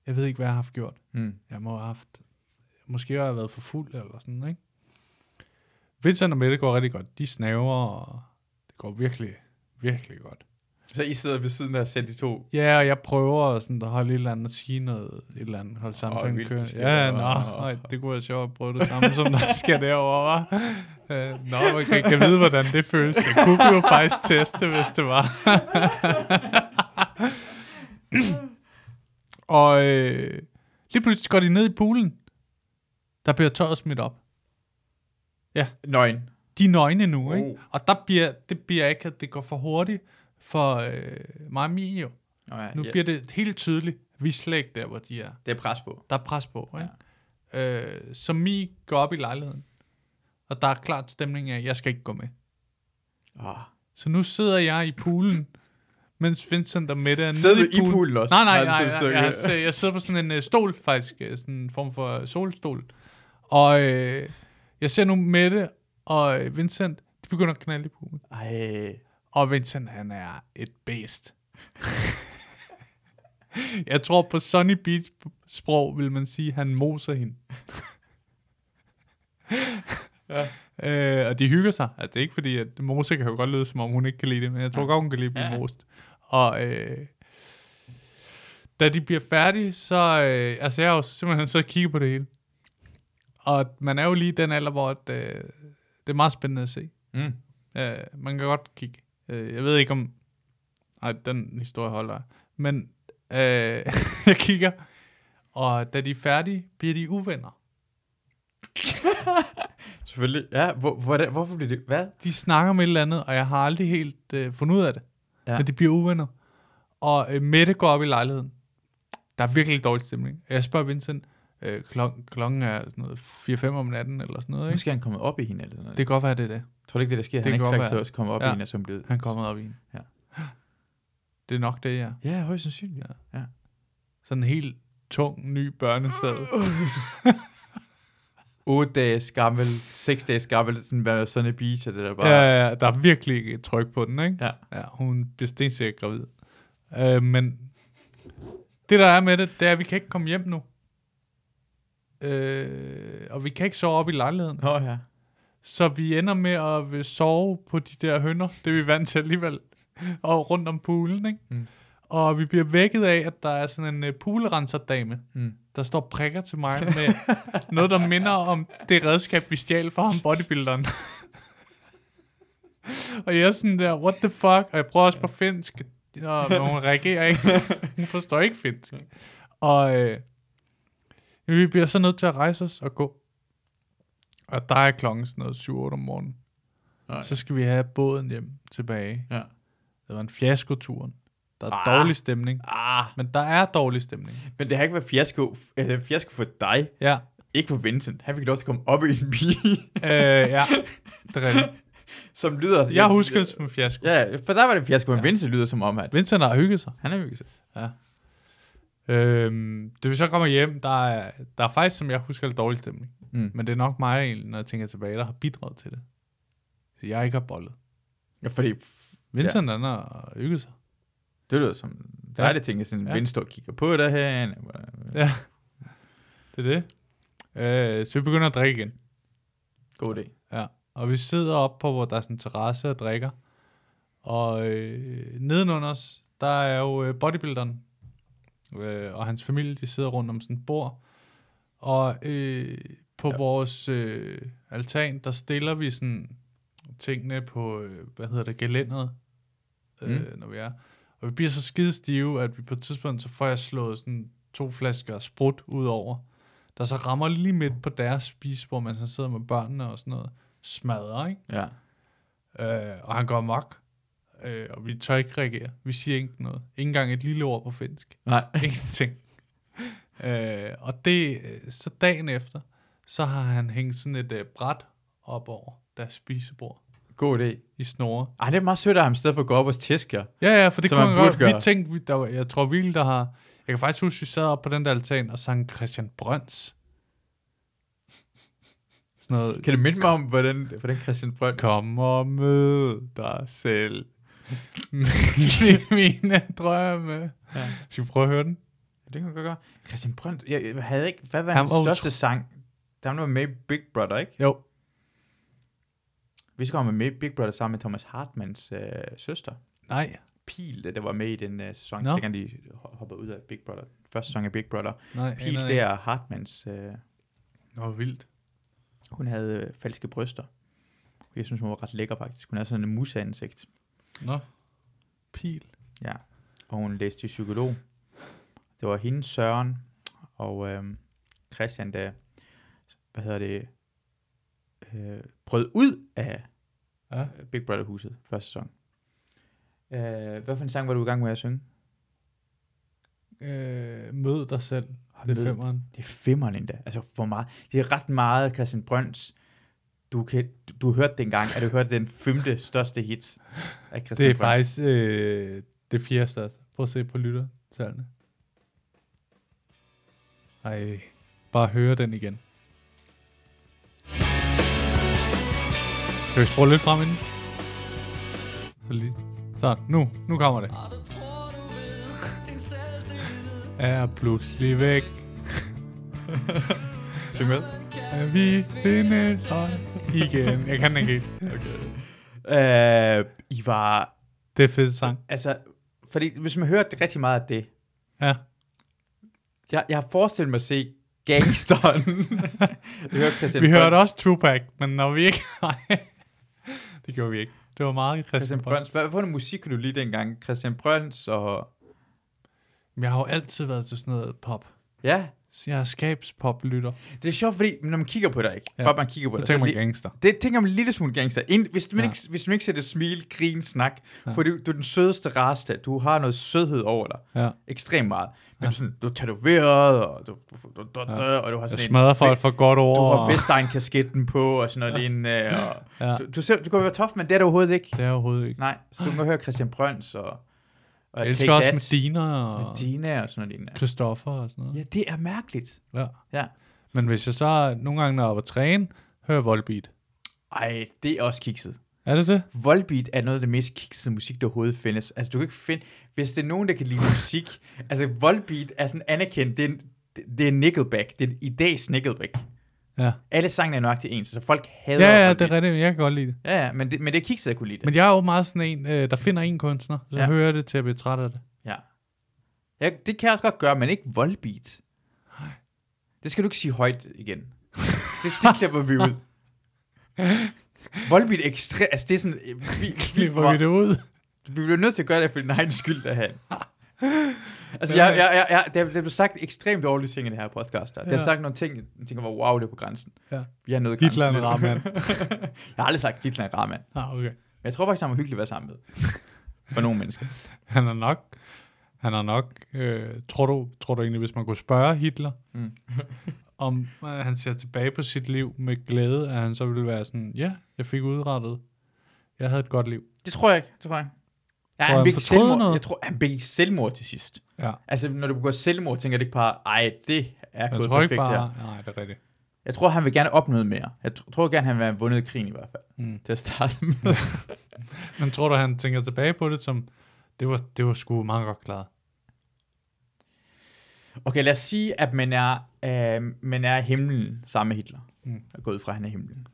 Jeg ved ikke, hvad jeg har haft gjort.
Mm.
Jeg må have haft... Måske har jeg været for fuld eller sådan, ikke? Vincent og Mette går rigtig godt. De snaver, og det går virkelig, virkelig godt.
Så I sidder ved siden af og ser de to.
Ja, og jeg prøver sådan at holde et eller andet at sige noget, et eller andet, holde samtalen
vildt,
oh,
det sker
Ja,
der.
nå,
Åh.
nej, det kunne være sjovt at prøve det samme, som der sker derovre, hva'? Øh, Nå, man kan, kan vide, hvordan det føles. Det kunne vi jo faktisk teste, hvis det var. og øh, lige pludselig går de ned i poolen. Der bliver tøjet smidt op.
Nøgen.
De er nøgne nu, oh. ikke?
Oh.
Og der bliver, det bliver ikke, at det går for hurtigt for øh, mig og Mie jo.
Nå, ja,
Nu
ja.
bliver det helt tydeligt, vi er slet ikke der, hvor de er.
Det er pres på.
Der er pres på, ikke? Ja. Øh, så Mi går op i lejligheden, og der er klart stemning af, at jeg skal ikke gå med.
Oh.
Så nu sidder jeg i
*laughs*
poolen, mens Vincent og Mette er
Sidder
nede
du
i poolen.
i poolen også?
Nej, nej,
det er
nej,
sådan et
nej,
stykke.
jeg, jeg, sidder- jeg sidder på sådan en øh, stol, faktisk. øh, Sådan en form for øh, solstol. Og øh, jeg ser nu Mette og øh, Vincent, de begynder at knalde i poolen.
Ej.
Og Vincent, han er et beast. jeg tror på Sunny Beach sprog vil man sige, han moser hende. ja. øh, og de hygger sig. Altså, det er ikke fordi, at mose kan jo godt lyde, som om hun ikke kan lide det, men jeg tror godt, hun kan lide at blive
Ja.
most. Og øh, da de bliver færdige, så... Øh, altså, jeg har jo simpelthen så kigget på det hele. Og man er jo lige i den alder, hvor at, øh, det er meget spændende at se.
Mm.
Øh, man kan godt kigge. Øh, jeg ved ikke om... Ej, den historie holder jeg. Men øh, *laughs* jeg kigger, og da de er færdige, bliver de uvenner.
Selvfølgelig. Ja, hvor, hvor, hvorfor bliver det... Hvad?
De snakker om et eller andet, og jeg har aldrig helt øh, fundet ud af det.
Ja.
Ja. Men de bliver uvenner. Og øh, Mette går op i lejligheden. Der er virkelig dårlig stemning. Jeg spørger Vincent, øh, klok- klokken er sådan noget 4-5 om natten, eller sådan noget, ikke?
Måske er han kommet op i hende eller sådan noget.
Det kan godt være, det er det.
Tror du ikke, det der sker? han
Det kan godt
ikke
være.
også kommer op ja. i
Ja.
hende, og som blev...
Han kommer op i en.
Ja.
*gasps* Det er nok det, ja.
Ja, højst sandsynligt. Ja. ja.
Sådan en helt tung, ny
*gasps*
*gasps* børneseddel.
8 dage skammel, 6 dage skammel, sådan hvad sådan en beach, og det der bare...
Ja, ja, ja, der er virkelig ikke et tryk på den, ikke?
Ja.
ja hun bliver stensikker gravid. Øh, men det, der er med det, det er, at vi kan ikke komme hjem nu. Øh, og vi kan ikke sove op i lejligheden.
Nå ja.
Så vi ender med at øh, sove på de der hønder, det er vi vant til alligevel, *laughs* og rundt om poolen, ikke?
Mm.
Og vi bliver vækket af, at der er sådan en øh, poolrenserdame,
Mm.
der står og prikker til mig med *laughs* noget, der minder om det redskab, vi stjal fra ham, bodybuilderen. *laughs* og jeg er sådan der, what the fuck? Og jeg prøver også på finsk, og, men hun
*laughs*
reagerer ikke. Hun forstår ikke finsk. Og øh, vi bliver så nødt til at rejse os og gå. Og der er klokken sådan noget 7-8 om morgenen.
Nej.
Så skal vi have båden hjem tilbage.
Ja.
Det var en fiaskoturen. Der er
Ah.
dårlig stemning.
Ah,
Men der er dårlig stemning.
men det har ikke været fiasko, altså, fiasko for dig,
Ja.
ikke for Vincent. Han fik lov til at komme op i en *laughs* bil,
øh, ja, det er rigtigt.
som lyder...
Jeg husker det som en fiasko. Ja.
Ja, for der var det en fiasko, men ja. Vincent lyder som om, at
Vincent har hygget sig.
han er virkelig...
Øhm, det vil så kommer hjem, der er, der er faktisk, som jeg husker, lidt dårlig stemning.
Mm.
Men det er nok mig, egentlig, når jeg tænker tilbage, der har bidraget til det. Så jeg ikke har bollet.
Ja, fordi
Vincent, ja. han har hygget sig.
det lyder som... Der
Ja.
er det ting, sådan,
Ja.
ja. Vincent står og kigger på derhen.
Ja, det er det. Øh, så vi begynder at drikke igen.
God idé.
Ja, og vi sidder op på, hvor der er sådan en terrasse og drikker. Og øh, nedenunder os, der er jo øh, bodybuilderen øh, og hans familie, de sidder rundt om sådan et bord. Og øh, på
Ja.
ja. vores øh, altan, der stiller vi sådan tingene på, øh, hvad hedder det, gelænderet, øh,
Mm.
når vi er. Og vi bliver så skide stive, at vi på et tidspunkt, så får jeg slået sådan to flasker sprut ud over, der så rammer lige midt på deres spis, hvor man så sidder med børnene og sådan noget, smadrer, ikke?
Ja.
Øh, og han går mok, øh, og vi tør ikke reagere. Vi siger ikke noget. Ikke engang et lille ord på finsk. *laughs*
Nej.
Ingenting. øh, og det, øh, så dagen efter, så har han hængt sådan et øh, bræt op over deres spisebord
*laughs* God idé.
i snore.
Ej, det er meget sødt af ham, i stedet for at gå op og tæske jer.
Ja, ja, for det
Som
kunne
man
man godt.
burde gøre.
Vi tænkte, vi, der var, jeg tror virkelig, der har... Jeg kan faktisk huske, vi sad op på den der altan og sang Christian Brøns. Sådan noget,
Kan du minde mig om, hvordan, hvordan Christian Brønd...
Kom og mød dig selv. *laughs* I mine drømme.
Ja.
Ja. Skal vi prøve at høre den?
Det kan man godt gøre. Christian Brønd, jeg, jeg havde ikke... Hvad var
Han
hans
var
største sang? Der var med i Big Brother, ikke?
Jo.
Vi skal komme med i Big Brother sammen med Thomas Hartmans øh, søster.
Nej.
Pil, der var med i den øh, sæson, no.
Nå.
dengang de ho- hoppede ud af Big Brother. Første sæson af Big Brother.
Nej,
Pil,
aner
det er Hartmans... Øh,
ikke. Nå, vildt.
hun havde øh, falske bryster. Jeg synes, hun var ret lækker, faktisk. Hun havde sådan en musa-ansigt.
Nå. Pil.
Ja, og hun læste til psykolog. Det var hende, Søren og øhm, Christian, der, hvad hedder det, øh, brød ud af øh,
Ja.
Big Brother-huset første sæson. Øh, hvad for en sang var du i gang med at synge?
Øh, mød dig selv.
Har
Det er
mødt-
femmeren.
Det er femmeren endda. Altså, hvor meget. Det er ret meget Christian Brøns. Du, kan, du, du hørte dengang, at du hørte den femte største hit af Christian
Det
Brøns.
er faktisk øh, det fjerde største. Prøv at se på lyttertallene. Ej, bare høre den igen. Kan vi spole lidt frem inden? Så lige. Så, nu, nu kommer det. Er pludselig væk.
Syng med.
Er vi findes høj igen. Jeg kan den ikke helt.
Okay. Øh, I var
Det er fedt sang.
Altså, fordi hvis man hører det rigtig meget af det,
Ja.
jeg, jeg har forestillet mig at se gangsteren. jeg hører Christian
Vi
Brøns,
hørte også Tupac, men når vi ikke... *laughs* Nej, det gjorde vi ikke. Det var meget Christian,
Christian Brøns. Hvad for en musik kunne du lide dengang? Christian Brøns og...
Men Jeg har jo altid været til sådan noget pop.
Ja,
Så jeg er skabspop-lytter.
Det er sjovt, fordi når man kigger på dig, ikke?
Ja.
Ja. Bare man kigger på
Så
dig.
tænker
så
man
er det,
gangster.
det tænker man en lille smule gangster. Ind, hvis, man
Ja.
ja. ikke, hvis man ikke sætter smil, grin, snak.
Ja.
Ja. For du, du er den sødeste raste. Du har noget sødhed over dig.
Ja.
Ekstremt meget. Men
Ja.
ja. sådan, du er tatoveret, og du, du, du, du,
Ja.
du, og du har
Jeg
sådan
smadrer folk for godt over.
Du har
og-
Vestegn-kasketten på, og sådan noget lignende. Og,
Ja.
du, du, ser, du kan være tof, men det er du overhovedet ikke.
Det er jeg overhovedet ikke.
Nej, så du kan høre Christian Brøns og, og
Jeg
Kate
elsker også
Katz,
Medina og
Medina og sådan noget lignende.
Christoffer og sådan noget.
Ja, det er mærkeligt.
Ja.
Ja.
Men hvis jeg så nogle gange, når jeg er oppe at træne, hører jeg Volbeat.
Ej, det er også kikset.
Er det det?
Volbeat er noget af det mest kiksede musik, der overhovedet findes. Altså, du kan ikke finde... Hvis det er nogen, der kan lide musik... *laughs* altså, Volbeat er sådan anerkendt. Det er, en- det- det er Nickelback. Det er i dags Nickelback.
Ja.
Alle sangene er nøjagtigt ens, så folk hader
Ja, ja,
Volbeat.
det er rigtigt. Jeg kan godt lide det.
Ja, ja, men det, men det er kikset, jeg kunne lide det.
Men jeg er jo meget sådan en, øh, der finder en kunstner, så ja.
Ja.
hører jeg det til at blive træt af det.
Ja. ja. Det kan jeg også godt gøre, men ikke voldbeat. Det skal du ikke sige højt
*laughs*
igen. Det, det klipper vi ud. Voldbeat ekstra... Altså, det er sådan... øh, Vi, vi,
Klipper vi *laughs* det ud?
vi bliver nødt til at gøre det for din egen skyld, der
*laughs*
han. Altså, jeg, jeg, jeg, jeg, der, der blev sagt ekstremt dårlige ting i det her podcast. Der, der
Ja.
er sagt nogle ting, jeg tænker, wow, det er på grænsen.
Ja.
Vi har nået
Hitler
grænsen.
er en rar mand.
*laughs* jeg har aldrig sagt, Hitler er en rar mand.
Ah, okay.
Men jeg tror faktisk, han var hyggelig at være sammen med.
*laughs*
For nogle mennesker.
Han er nok, han er nok øh, tror, du, tror du egentlig, hvis man kunne spørge Hitler, mm.
Mm.
*laughs* om øh, han ser tilbage på sit liv med glæde, at han så ville være sådan, ja, jeg fik udrettet. Jeg havde et godt liv.
Det tror jeg ikke, det tror jeg. ikke. Ja,
han
han begik
fortrød
selvmord.
noget?
Jeg tror, han begik selvmord til sidst.
Ja.
Altså, når du begår selvmord, tænker det ikke bare, ej, det er
Jeg
gået
Altså, tror ikke
perfekt
bare,
bare... her.
nej, det er rigtigt.
Jeg tror, han vil gerne opnå noget mere. Jeg tr- tror gerne, han vil have vundet krigen i hvert fald.
Mm.
Til at starte
*laughs*
med.
Men tror du, han tænker tilbage på det som, det var, det var sgu meget godt klaret.
Okay, lad os sige, at man er, øh, man er i himlen sammen med Hitler.
Mm.
Mm. Og gået ud fra, at han er i himlen.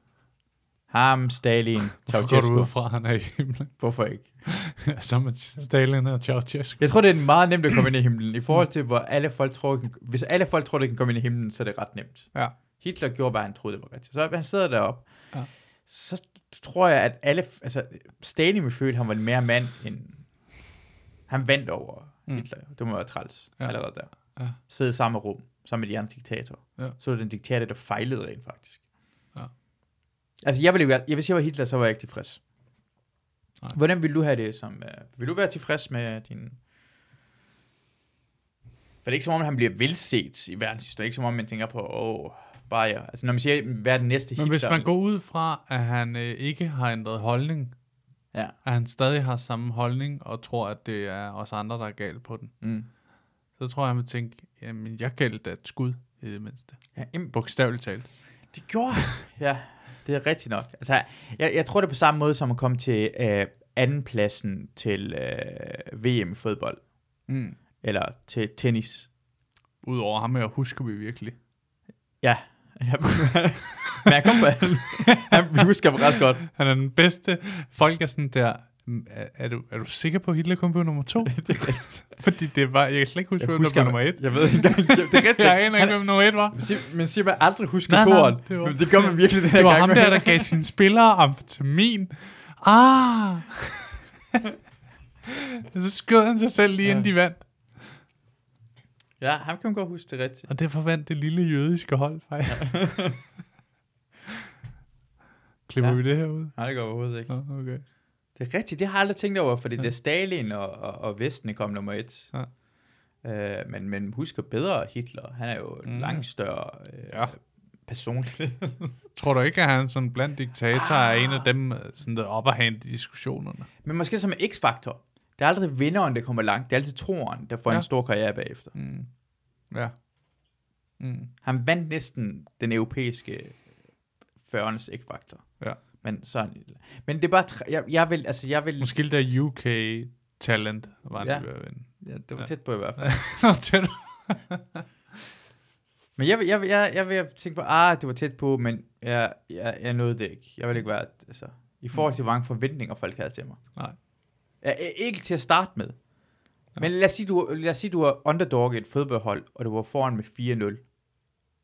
Ham, Stalin,
*laughs* Hvorfor går du ud
Ceausescu.
fra, at han er i *laughs* himlen?
Hvorfor ikke?
som at Stalin og Ceausescu.
Jeg tror, det er meget nemt at komme ind i himlen. I forhold til, hvor alle folk tror, kan, hvis alle folk tror, det kan komme ind i himlen, så er det ret nemt.
Ja.
Hitler gjorde, hvad han troede, det var rigtigt. Så han sidder deroppe.
Ja.
Så tror jeg, at alle, altså, Stalin vil føle, at han var mere mand, end han vandt over
Mm.
mm. Hitler. Det må være træls
Ja.
ja. allerede der.
Ja.
Sidde i samme rum, sammen med de andre diktatorer.
Ja.
Så var det den diktator, der fejlede rent faktisk.
Ja.
Altså, jeg ville, jo gerne- ja, hvis jeg var Hitler, så var jeg ikke tilfreds.
Nej.
Hvordan vil du have det som... Uh, vil du være tilfreds med din... For det er ikke som om, han bliver velset i verdenshistorien. Det er ikke som om, man tænker på, åh, bare jeg... Altså, når man siger, hvad er den næste
Men
Hitler?
hvis man går ud fra, at han øh, ikke har ændret holdning,
Ja.
at han stadig har samme holdning, og tror, at det er os andre, der er galt på den,
Mm.
så tror jeg, han vil tænke, jamen, jeg gældte da et skud i det mindste.
Ja, jamen,
Bogstaveligt talt.
det gjorde Ja, det er rigtigt nok. Altså, jeg, jeg tror, det er på samme måde, som at komme til øh, andenpladsen til øh, VM i fodbold,
Mm.
eller til tennis.
Udover ham her, husker vi virkelig.
Ja. ja. men jeg kom på anden. Han husker mig ret godt.
Han er den bedste. Folk er sådan der, "Mm, er, er, du, er du sikker på, at Hitler kom på nummer
*laughs*
to? Fordi det var, jeg kan slet ikke huske,
Jeg
hvem der
husker
blev
ham-
nummer et.
Jeg ved ikke *laughs* engang. Det er rigtigt.
Jeg aner ikke,
Han-
hvem nummer et var.
Man siger- Man siger, man aldrig husker
Nej, nej,
toren.
det var-
Men det gør man virkelig den her
*laughs* Det var
gang.
ham der, der gav sine spillere amfetamin. Ah! *laughs* så skød han sig selv lige, inden
Ja.
de vandt.
Ja, ham kan man godt huske det er rigtigt.
Og det forvandt det lille jødiske hold, faktisk. *laughs* Klipper ja.
Ja.
vi det her ud?
Nej, det går overhovedet ikke.
Nå, okay.
Det er rigtigt, det har jeg aldrig tænkt over, fordi det er Stalin og, og, og Vesten kom nummer et.
Ja.
Øh, men, men husker bedre Hitler. Han er jo
Mm.
mm. langt større øh,
Ja.
ja. personlig.
Tror du ikke, at han sådan blandt diktatorer er en af dem øh, sådan der op og hand i diskussionerne?
*laughs* men måske som en x-faktor. Det er aldrig vinderen, der kommer langt. Det er altid troeren, der får
Ja.
ja. en stor karriere bagefter.
Mm. Ja. Mm.
Han vandt næsten den europæiske 40'ernes x-faktor.
Ja.
Men, sådan, men det er bare... tr- Jeg, jeg vil... Altså, jeg vil
Måske det der UK talent var ja.
Ja.
det ved at vinde.
Ja, det var
Ja.
ja. tæt på i hvert fald.
*laughs* Nå, tæt.
Men jeg, vil- jeg, vil- jeg, jeg vil tænke på, ah, det var tæt på, men jeg, jeg, jeg nåede det ikke. Jeg vil ikke være, altså, i forhold til, hvor mange forventninger folk havde til mig.
Nej.
Jeg, jeg, ikke til at starte med.
Ja.
Men lad os, sige, du, lad os sige, du er underdog i et fodboldhold, og du var foran med 4-0.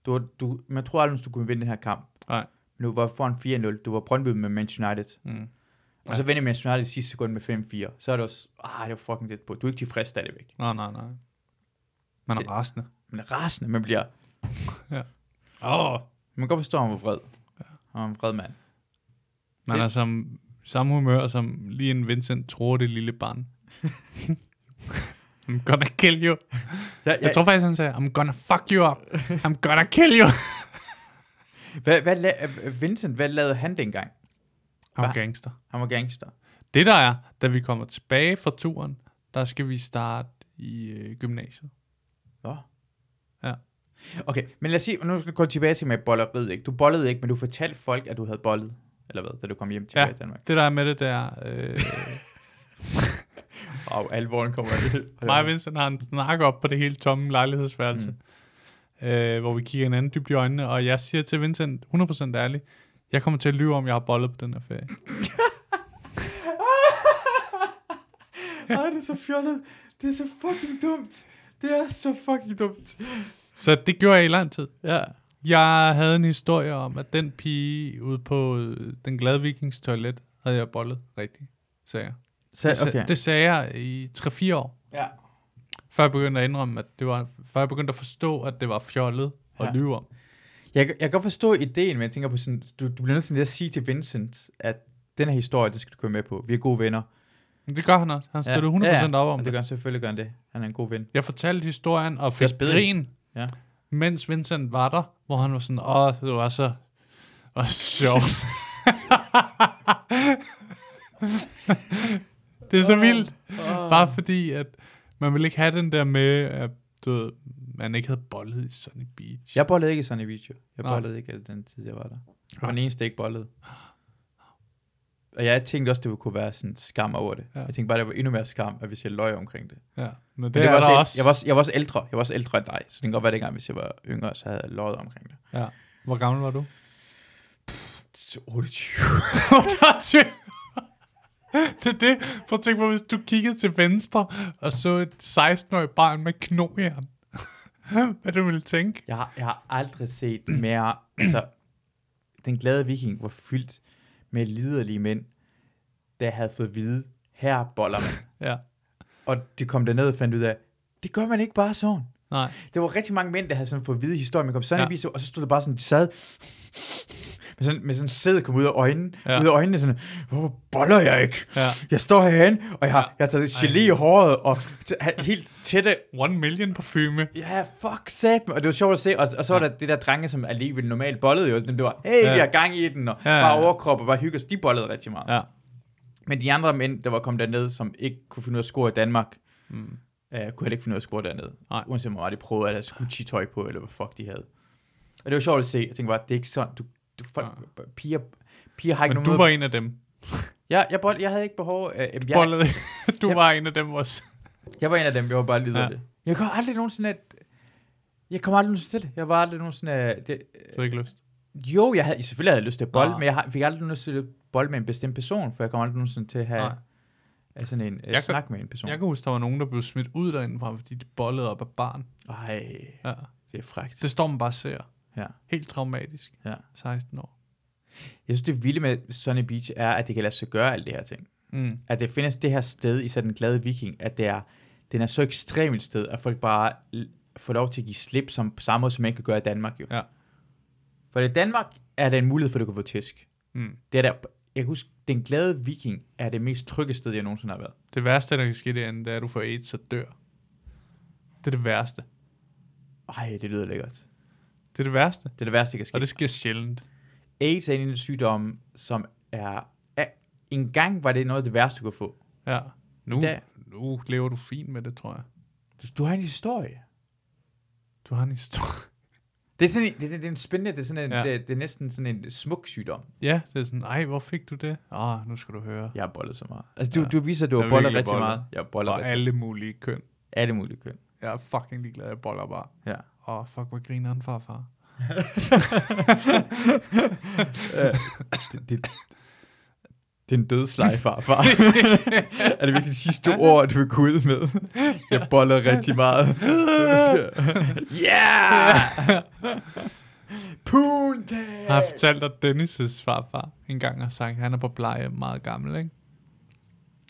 Du, var- du, man tror aldrig, du kunne vinde den her kamp.
Nej.
Men du var foran 4-0. Du var Brøndby med Manchester United.
Mm.
Og så vender Manchester United i sidste sekund med 5-4. Så er det også, ah, det var fucking tæt på. Du er ikke tilfreds stadigvæk.
Nej, nej, nej. Man er
Det-
rasende.
Man er rasende. Man bliver
Ja.
Åh, oh, man kan godt forstå, at han var vred. Han var en vred mand.
Man
Det-
er som samme humør, som lige en Vincent tror det lille barn. *laughs* I'm gonna kill you.
Ja, ja,
Jeg tror faktisk, han sagde, I'm gonna fuck you up. I'm gonna kill you.
Hvad, hvad la- Vincent, hvad lavede han dengang?
*laughs* Han var
Hva?
gangster.
Han var gangster.
Det der er, da vi kommer tilbage fra turen, der skal vi starte i øh, gymnasiet.
Nå.
Ja.
Okay, men lad os sige, nu skal vi gå tilbage til med bolleriet, ikke? Du bollede ikke, men du fortalte folk, at du havde bollet, eller hvad, da du kom hjem tilbage
Ja.
i Danmark.
Det der er med det, der øh,
Og oh, alvoren *laughs* kommer til.
mig og Vincent har en snak op på det hele tomme lejlighedsværelse, mm. øh, hvor vi kigger hinanden dybt i øjnene, og jeg siger til Vincent, 100% ærlig, jeg kommer til at lyve om, jeg har bollet på den her ferie.
*laughs* Ej, det er så fjollet. Det er så fucking dumt. Det er så fucking dumt.
Så det gjorde jeg i lang tid.
Ja.
Jeg havde en historie om, at den pige ude på øh, den glade vikings toilet, havde jeg bollet rigtigt, sagde jeg. Det
Så,
sa-
okay.
Det sagde jeg i 3-4 år.
Ja.
Før jeg begyndte at indrømme, at det var, før jeg begyndte at forstå, at det var fjollet og
Ja.
ja. lyve om.
Jeg, jeg kan godt forstå ideen, men jeg tænker på sådan, du, du bliver nødt til at sige til Vincent, at den her historie, det skal du køre med på. Vi er gode venner.
Men det gør han også. Han støtter 100% op om
og
det.
det. Gør, han- selvfølgelig gør han det. Han er en god ven.
Jeg fortalte historien og fik
også bedre.
grin,
Ja.
mens Vincent var der, hvor han var sådan, åh, det var så og sjovt. *laughs* det er så vildt. Bare fordi, at man vil ikke have den der med, at du ved, man ikke havde bollet i Sunny Beach.
Jeg bollede ikke i sådan en video. Jeg
Nej.
bollede ikke i den tid, jeg var der. Jeg var
Nej.
den eneste, der ikke bollede. Og jeg tænkte også, det kunne være sådan skam over det. Ja.
Ja.
Jeg tænkte bare, det var endnu mere skam, at hvis jeg løj omkring det.
Ja, men det,
Men
er
var
der
også,
også.
Jeg var, også- jeg var også ældre. Jeg var også ældre end dig. Så det kan godt være, dengang, hvis jeg var yngre, så havde jeg løjet omkring det.
Ja. Hvor gammel var du?
Så 28.
28. *laughs* det er det. Prøv at tænke på, hvis du kiggede til venstre og så et 16-årigt barn med knojern. *laughs* Hvad du ville tænke?
Jeg har, jeg har aldrig set mere, altså, den glade viking var fyldt med liderlige mænd, der havde fået at vide, her boller man.
Ja.
Og de kom derned og fandt ud af, det gør man ikke bare sådan.
Nej.
Der var rigtig mange mænd, der havde sådan fået at vide historien, men kom sådan
Ja.
ja. i biso, og så stod der bare sådan, de sad *laughs* med sådan, med sådan sæd kom ud af øjnene, ja.
Ja.
ud af øjnene sådan, hvor boller jeg ikke?
Ja.
Jeg står herhen, og jeg har,
Ja.
jeg har taget
Ej.
gelé i håret, og t- helt tætte
One million parfume.
Ja, fuck sat, og det var sjovt at se, og, og så var der det der drenge, som alligevel normalt bollede jo, dem det var, hey, ja.
Ja.
vi har gang i den, og ja,
Ja, ja,
bare
ja.
overkrop, og bare hygge os, de bollede rigtig meget. Ja.
Ja.
Men de andre mænd, der var kommet derned, som ikke kunne finde ud af at score i Danmark,
Mm.
øh, kunne heller ikke finde ud af at score dernede.
Nej.
Uanset hvor meget de prøvede, at der skulle tøj på, eller hvad fuck de havde. Og det var sjovt at se, jeg tænkte bare, det er ikke sådan, du, du folk, piger, piger har ikke
Men
nogen
du
måde-
var en af dem.
jeg, jeg, bold, jeg havde ikke behov, øh, jamen, jeg,
Bollede. *laughs* Du
Jeg-
var en af dem også.
Jeg var en af dem, jeg var bare lidt ja. af
Ja.
det. Jeg kom aldrig nogensinde at... Jeg kom aldrig nogensinde til det. Jeg var aldrig nogensinde... At, det,
Du havde ikke lyst.
jo, jeg havde, selvfølgelig havde jeg lyst til at bolle,
Nå.
men jeg har- fik aldrig lyst til at bolle med en bestemt person, for jeg kom aldrig nogensinde til at have
Nej.
at sådan en jeg
kan-
snak med en person.
Jeg kan huske, der var nogen, der blev smidt ud derindefra, fordi de bollede op af barn.
Ej,
Ja.
det er frækt.
Det står man bare og ser.
Ja.
Helt traumatisk.
Ja.
16 år.
Jeg synes, det vilde med Sunny Beach er, at det kan lade sig gøre alle de her ting.
Mm.
At det findes det her sted, især den glade viking, at det er, den er så ekstrem et sted, at folk bare l- får lov til at give slip som, på samme måde, som man ikke kan gøre i Danmark. Jo.
Ja.
For i Danmark er der en mulighed for, at du kan få tæsk.
Mm.
Det er der, jeg kan huske, den glade viking er det mest trygge sted, jeg nogensinde har været.
Det værste, der kan ske derinde, det er, at du får AIDS og dør. Det er det værste.
Ej, det lyder lækkert.
Det er det værste.
Det er det værste, der kan ske.
Og det sker sjældent.
AIDS er en af de sygdomme, som er... er engang var det noget af det værste, du kunne få.
Ja. Nu,
Da-
nu lever du fint med det, tror jeg.
Du, du har en historie.
Du har en historie. *laughs*
Det er, sådan en, det, det, det er en spændende, det er, sådan en, ja.
Ja.
det, det er næsten sådan en smuk sygdom.
Ja, det er sådan, ej, hvor fik du det? Ah, nu skal du høre.
Jeg har bollet så meget. Altså, du,
Ja.
du viser, at du
Jeg
har
har
bollet
virkelig
rigtig
bollet.
meget. Jeg har bollet
Og
rigtig
alle mulige køn.
alle mulige køn.
Jeg er fucking ligeglad, jeg boller bare.
Ja.
Åh, oh, fuck, hvor griner han, farfar.
det, det, det er en dødsleje, *laughs* farfar. er det virkelig det sidste ord, du vil gå ud med? *laughs* Jeg boller rigtig meget. *laughs* yeah! Punta!
*laughs* Jeg har fortalt, at Dennis' farfar engang har sagt, at han er på pleje meget gammel, ikke?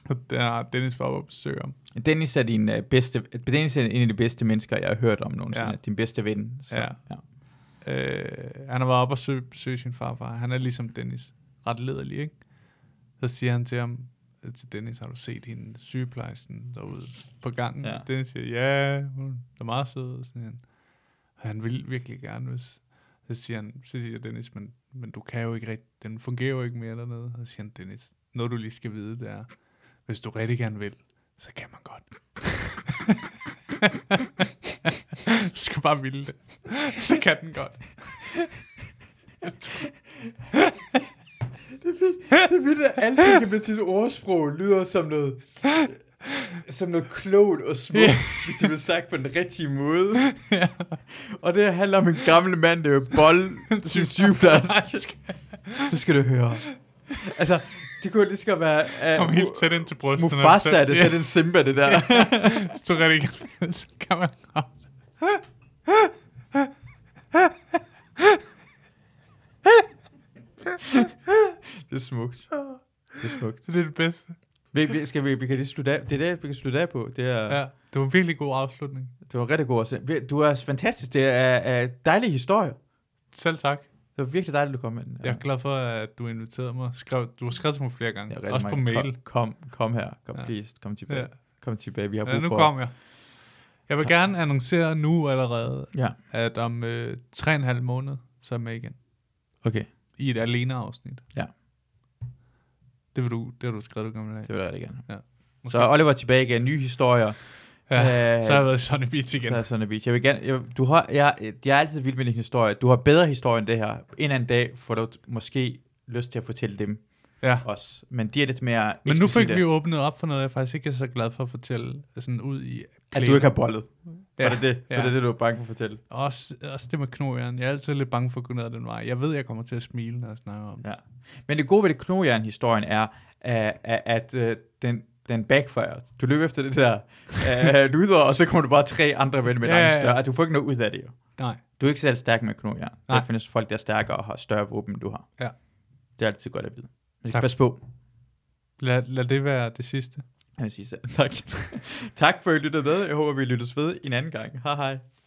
Og der har Dennis var på besøg om.
Dennis er, din, øh, bedste, Dennis er en af de bedste mennesker, jeg har hørt om nogensinde.
Ja.
Din bedste ven. Så,
Ja.
ja.
Øh, han har været oppe og søge, søge sin farfar. Han er ligesom Dennis. Ret lederlig, ikke? Så siger han til ham, øh, til Dennis, har du set hende sygeplejersken derude på gangen?
Ja.
Ja. Dennis siger, ja, hun er meget sød. Og sådan han. Og han vil virkelig gerne, hvis... Så siger, han, så siger Dennis, men, men du kan jo ikke rigtig, den fungerer jo ikke mere dernede. Og så siger han, Dennis, noget du lige skal vide, det er, hvis du rigtig gerne vil, så kan man godt. *laughs* du skal bare ville det. Så kan den godt.
Det er fedt, *laughs* det er fedt at alt det kan blive til et ordsprog, lyder som noget, øh, som noget klogt og smukt,
*laughs* Ja.
hvis det bliver sagt på den rigtige måde.
*laughs* Ja.
Og det handler om en gammel mand, der er bold
*laughs*
*laughs* til sygeplejerske. Så skal du høre. Altså, det kunne lige så godt være... at
Kom helt tæt ind til brystet.
Mufasa er det, så er det en Simba, det der.
*laughs* Hvis du rigtig gerne vil, *laughs* så kan man godt.
Det er smukt. Det er smukt.
Det er det bedste.
Vi, vi, skal vi, vi kan lige slutte af. Det er det, vi kan slutte af på. Det, er,
Ja. Det var en virkelig god afslutning.
det var rigtig godt. at se. Vi- Du er fantastisk. Det er, er dejlige historier.
Selv tak.
Det var virkelig dejligt, at du kom ind.
Jeg er glad for, at du inviterede mig. Skrev, du har skrevet til mig flere gange.
Ja, rigtig
Ja, Også på
mange.
mail.
Kom, kom, kom her. Kom, ja.
Ja.
please. Kom tilbage.
Ja.
Ja. Kom tilbage. Vi har brug
Ja, nu
for...
kom jeg. Jeg vil
Tak.
gerne annoncere nu allerede,
Ja,
at om øh, tre og en halv måned, så er jeg med igen.
okay.
I et alene-afsnit.
Ja.
Det, vil du, det har du skrevet, du gerne vil have.
Det vil jeg rigtig gerne.
Måske-
Så Oliver er tilbage igen. Nye historier.
ja,
øh,
så har jeg været i Sunny Beach igen.
Igen. Så er sådan en beach. Jeg vil gerne... Jeg, du har, jeg, jeg er altid vild med din historie. Du har bedre historie end det her. En eller anden dag får du måske lyst til at fortælle dem
Ja.
også. Men de er lidt mere
Men nu fik
eksplicite,
vi åbnet op for noget, jeg faktisk ikke er så glad for at fortælle øh, sådan ud i
At
plæne.
du ikke har bollet. Ja.
Ja,
Var det det? Ja. Var
ja.
det det, du var bange for at fortælle?
Også, også det med knogjern. Jeg er altid lidt bange for at gå ned ad den vej. Jeg ved, jeg kommer til at smile, når jeg snakker om det.
Ja. Men det gode ved det knogjern-historien er, at, at, at øh, den, den backfire. Du løber efter det der
*laughs*
øh, luder, og så kommer du bare tre andre venner med
Ja,
ja,
ja,
en
ja.
større. Altså, Du får ikke noget ud af det jo.
Nej.
Du er ikke selv stærk med knogjern. Der
Nej.
findes folk, der er stærkere og har større våben, end du har.
Ja.
Det er altid godt at vide. Man skal
Tak.
passe på.
Lad, lad det være det sidste.
Jeg vil sige selv. Tak. tak for, at I lyttede med. Jeg håber, vi lyttes ved en anden gang. Hej hej.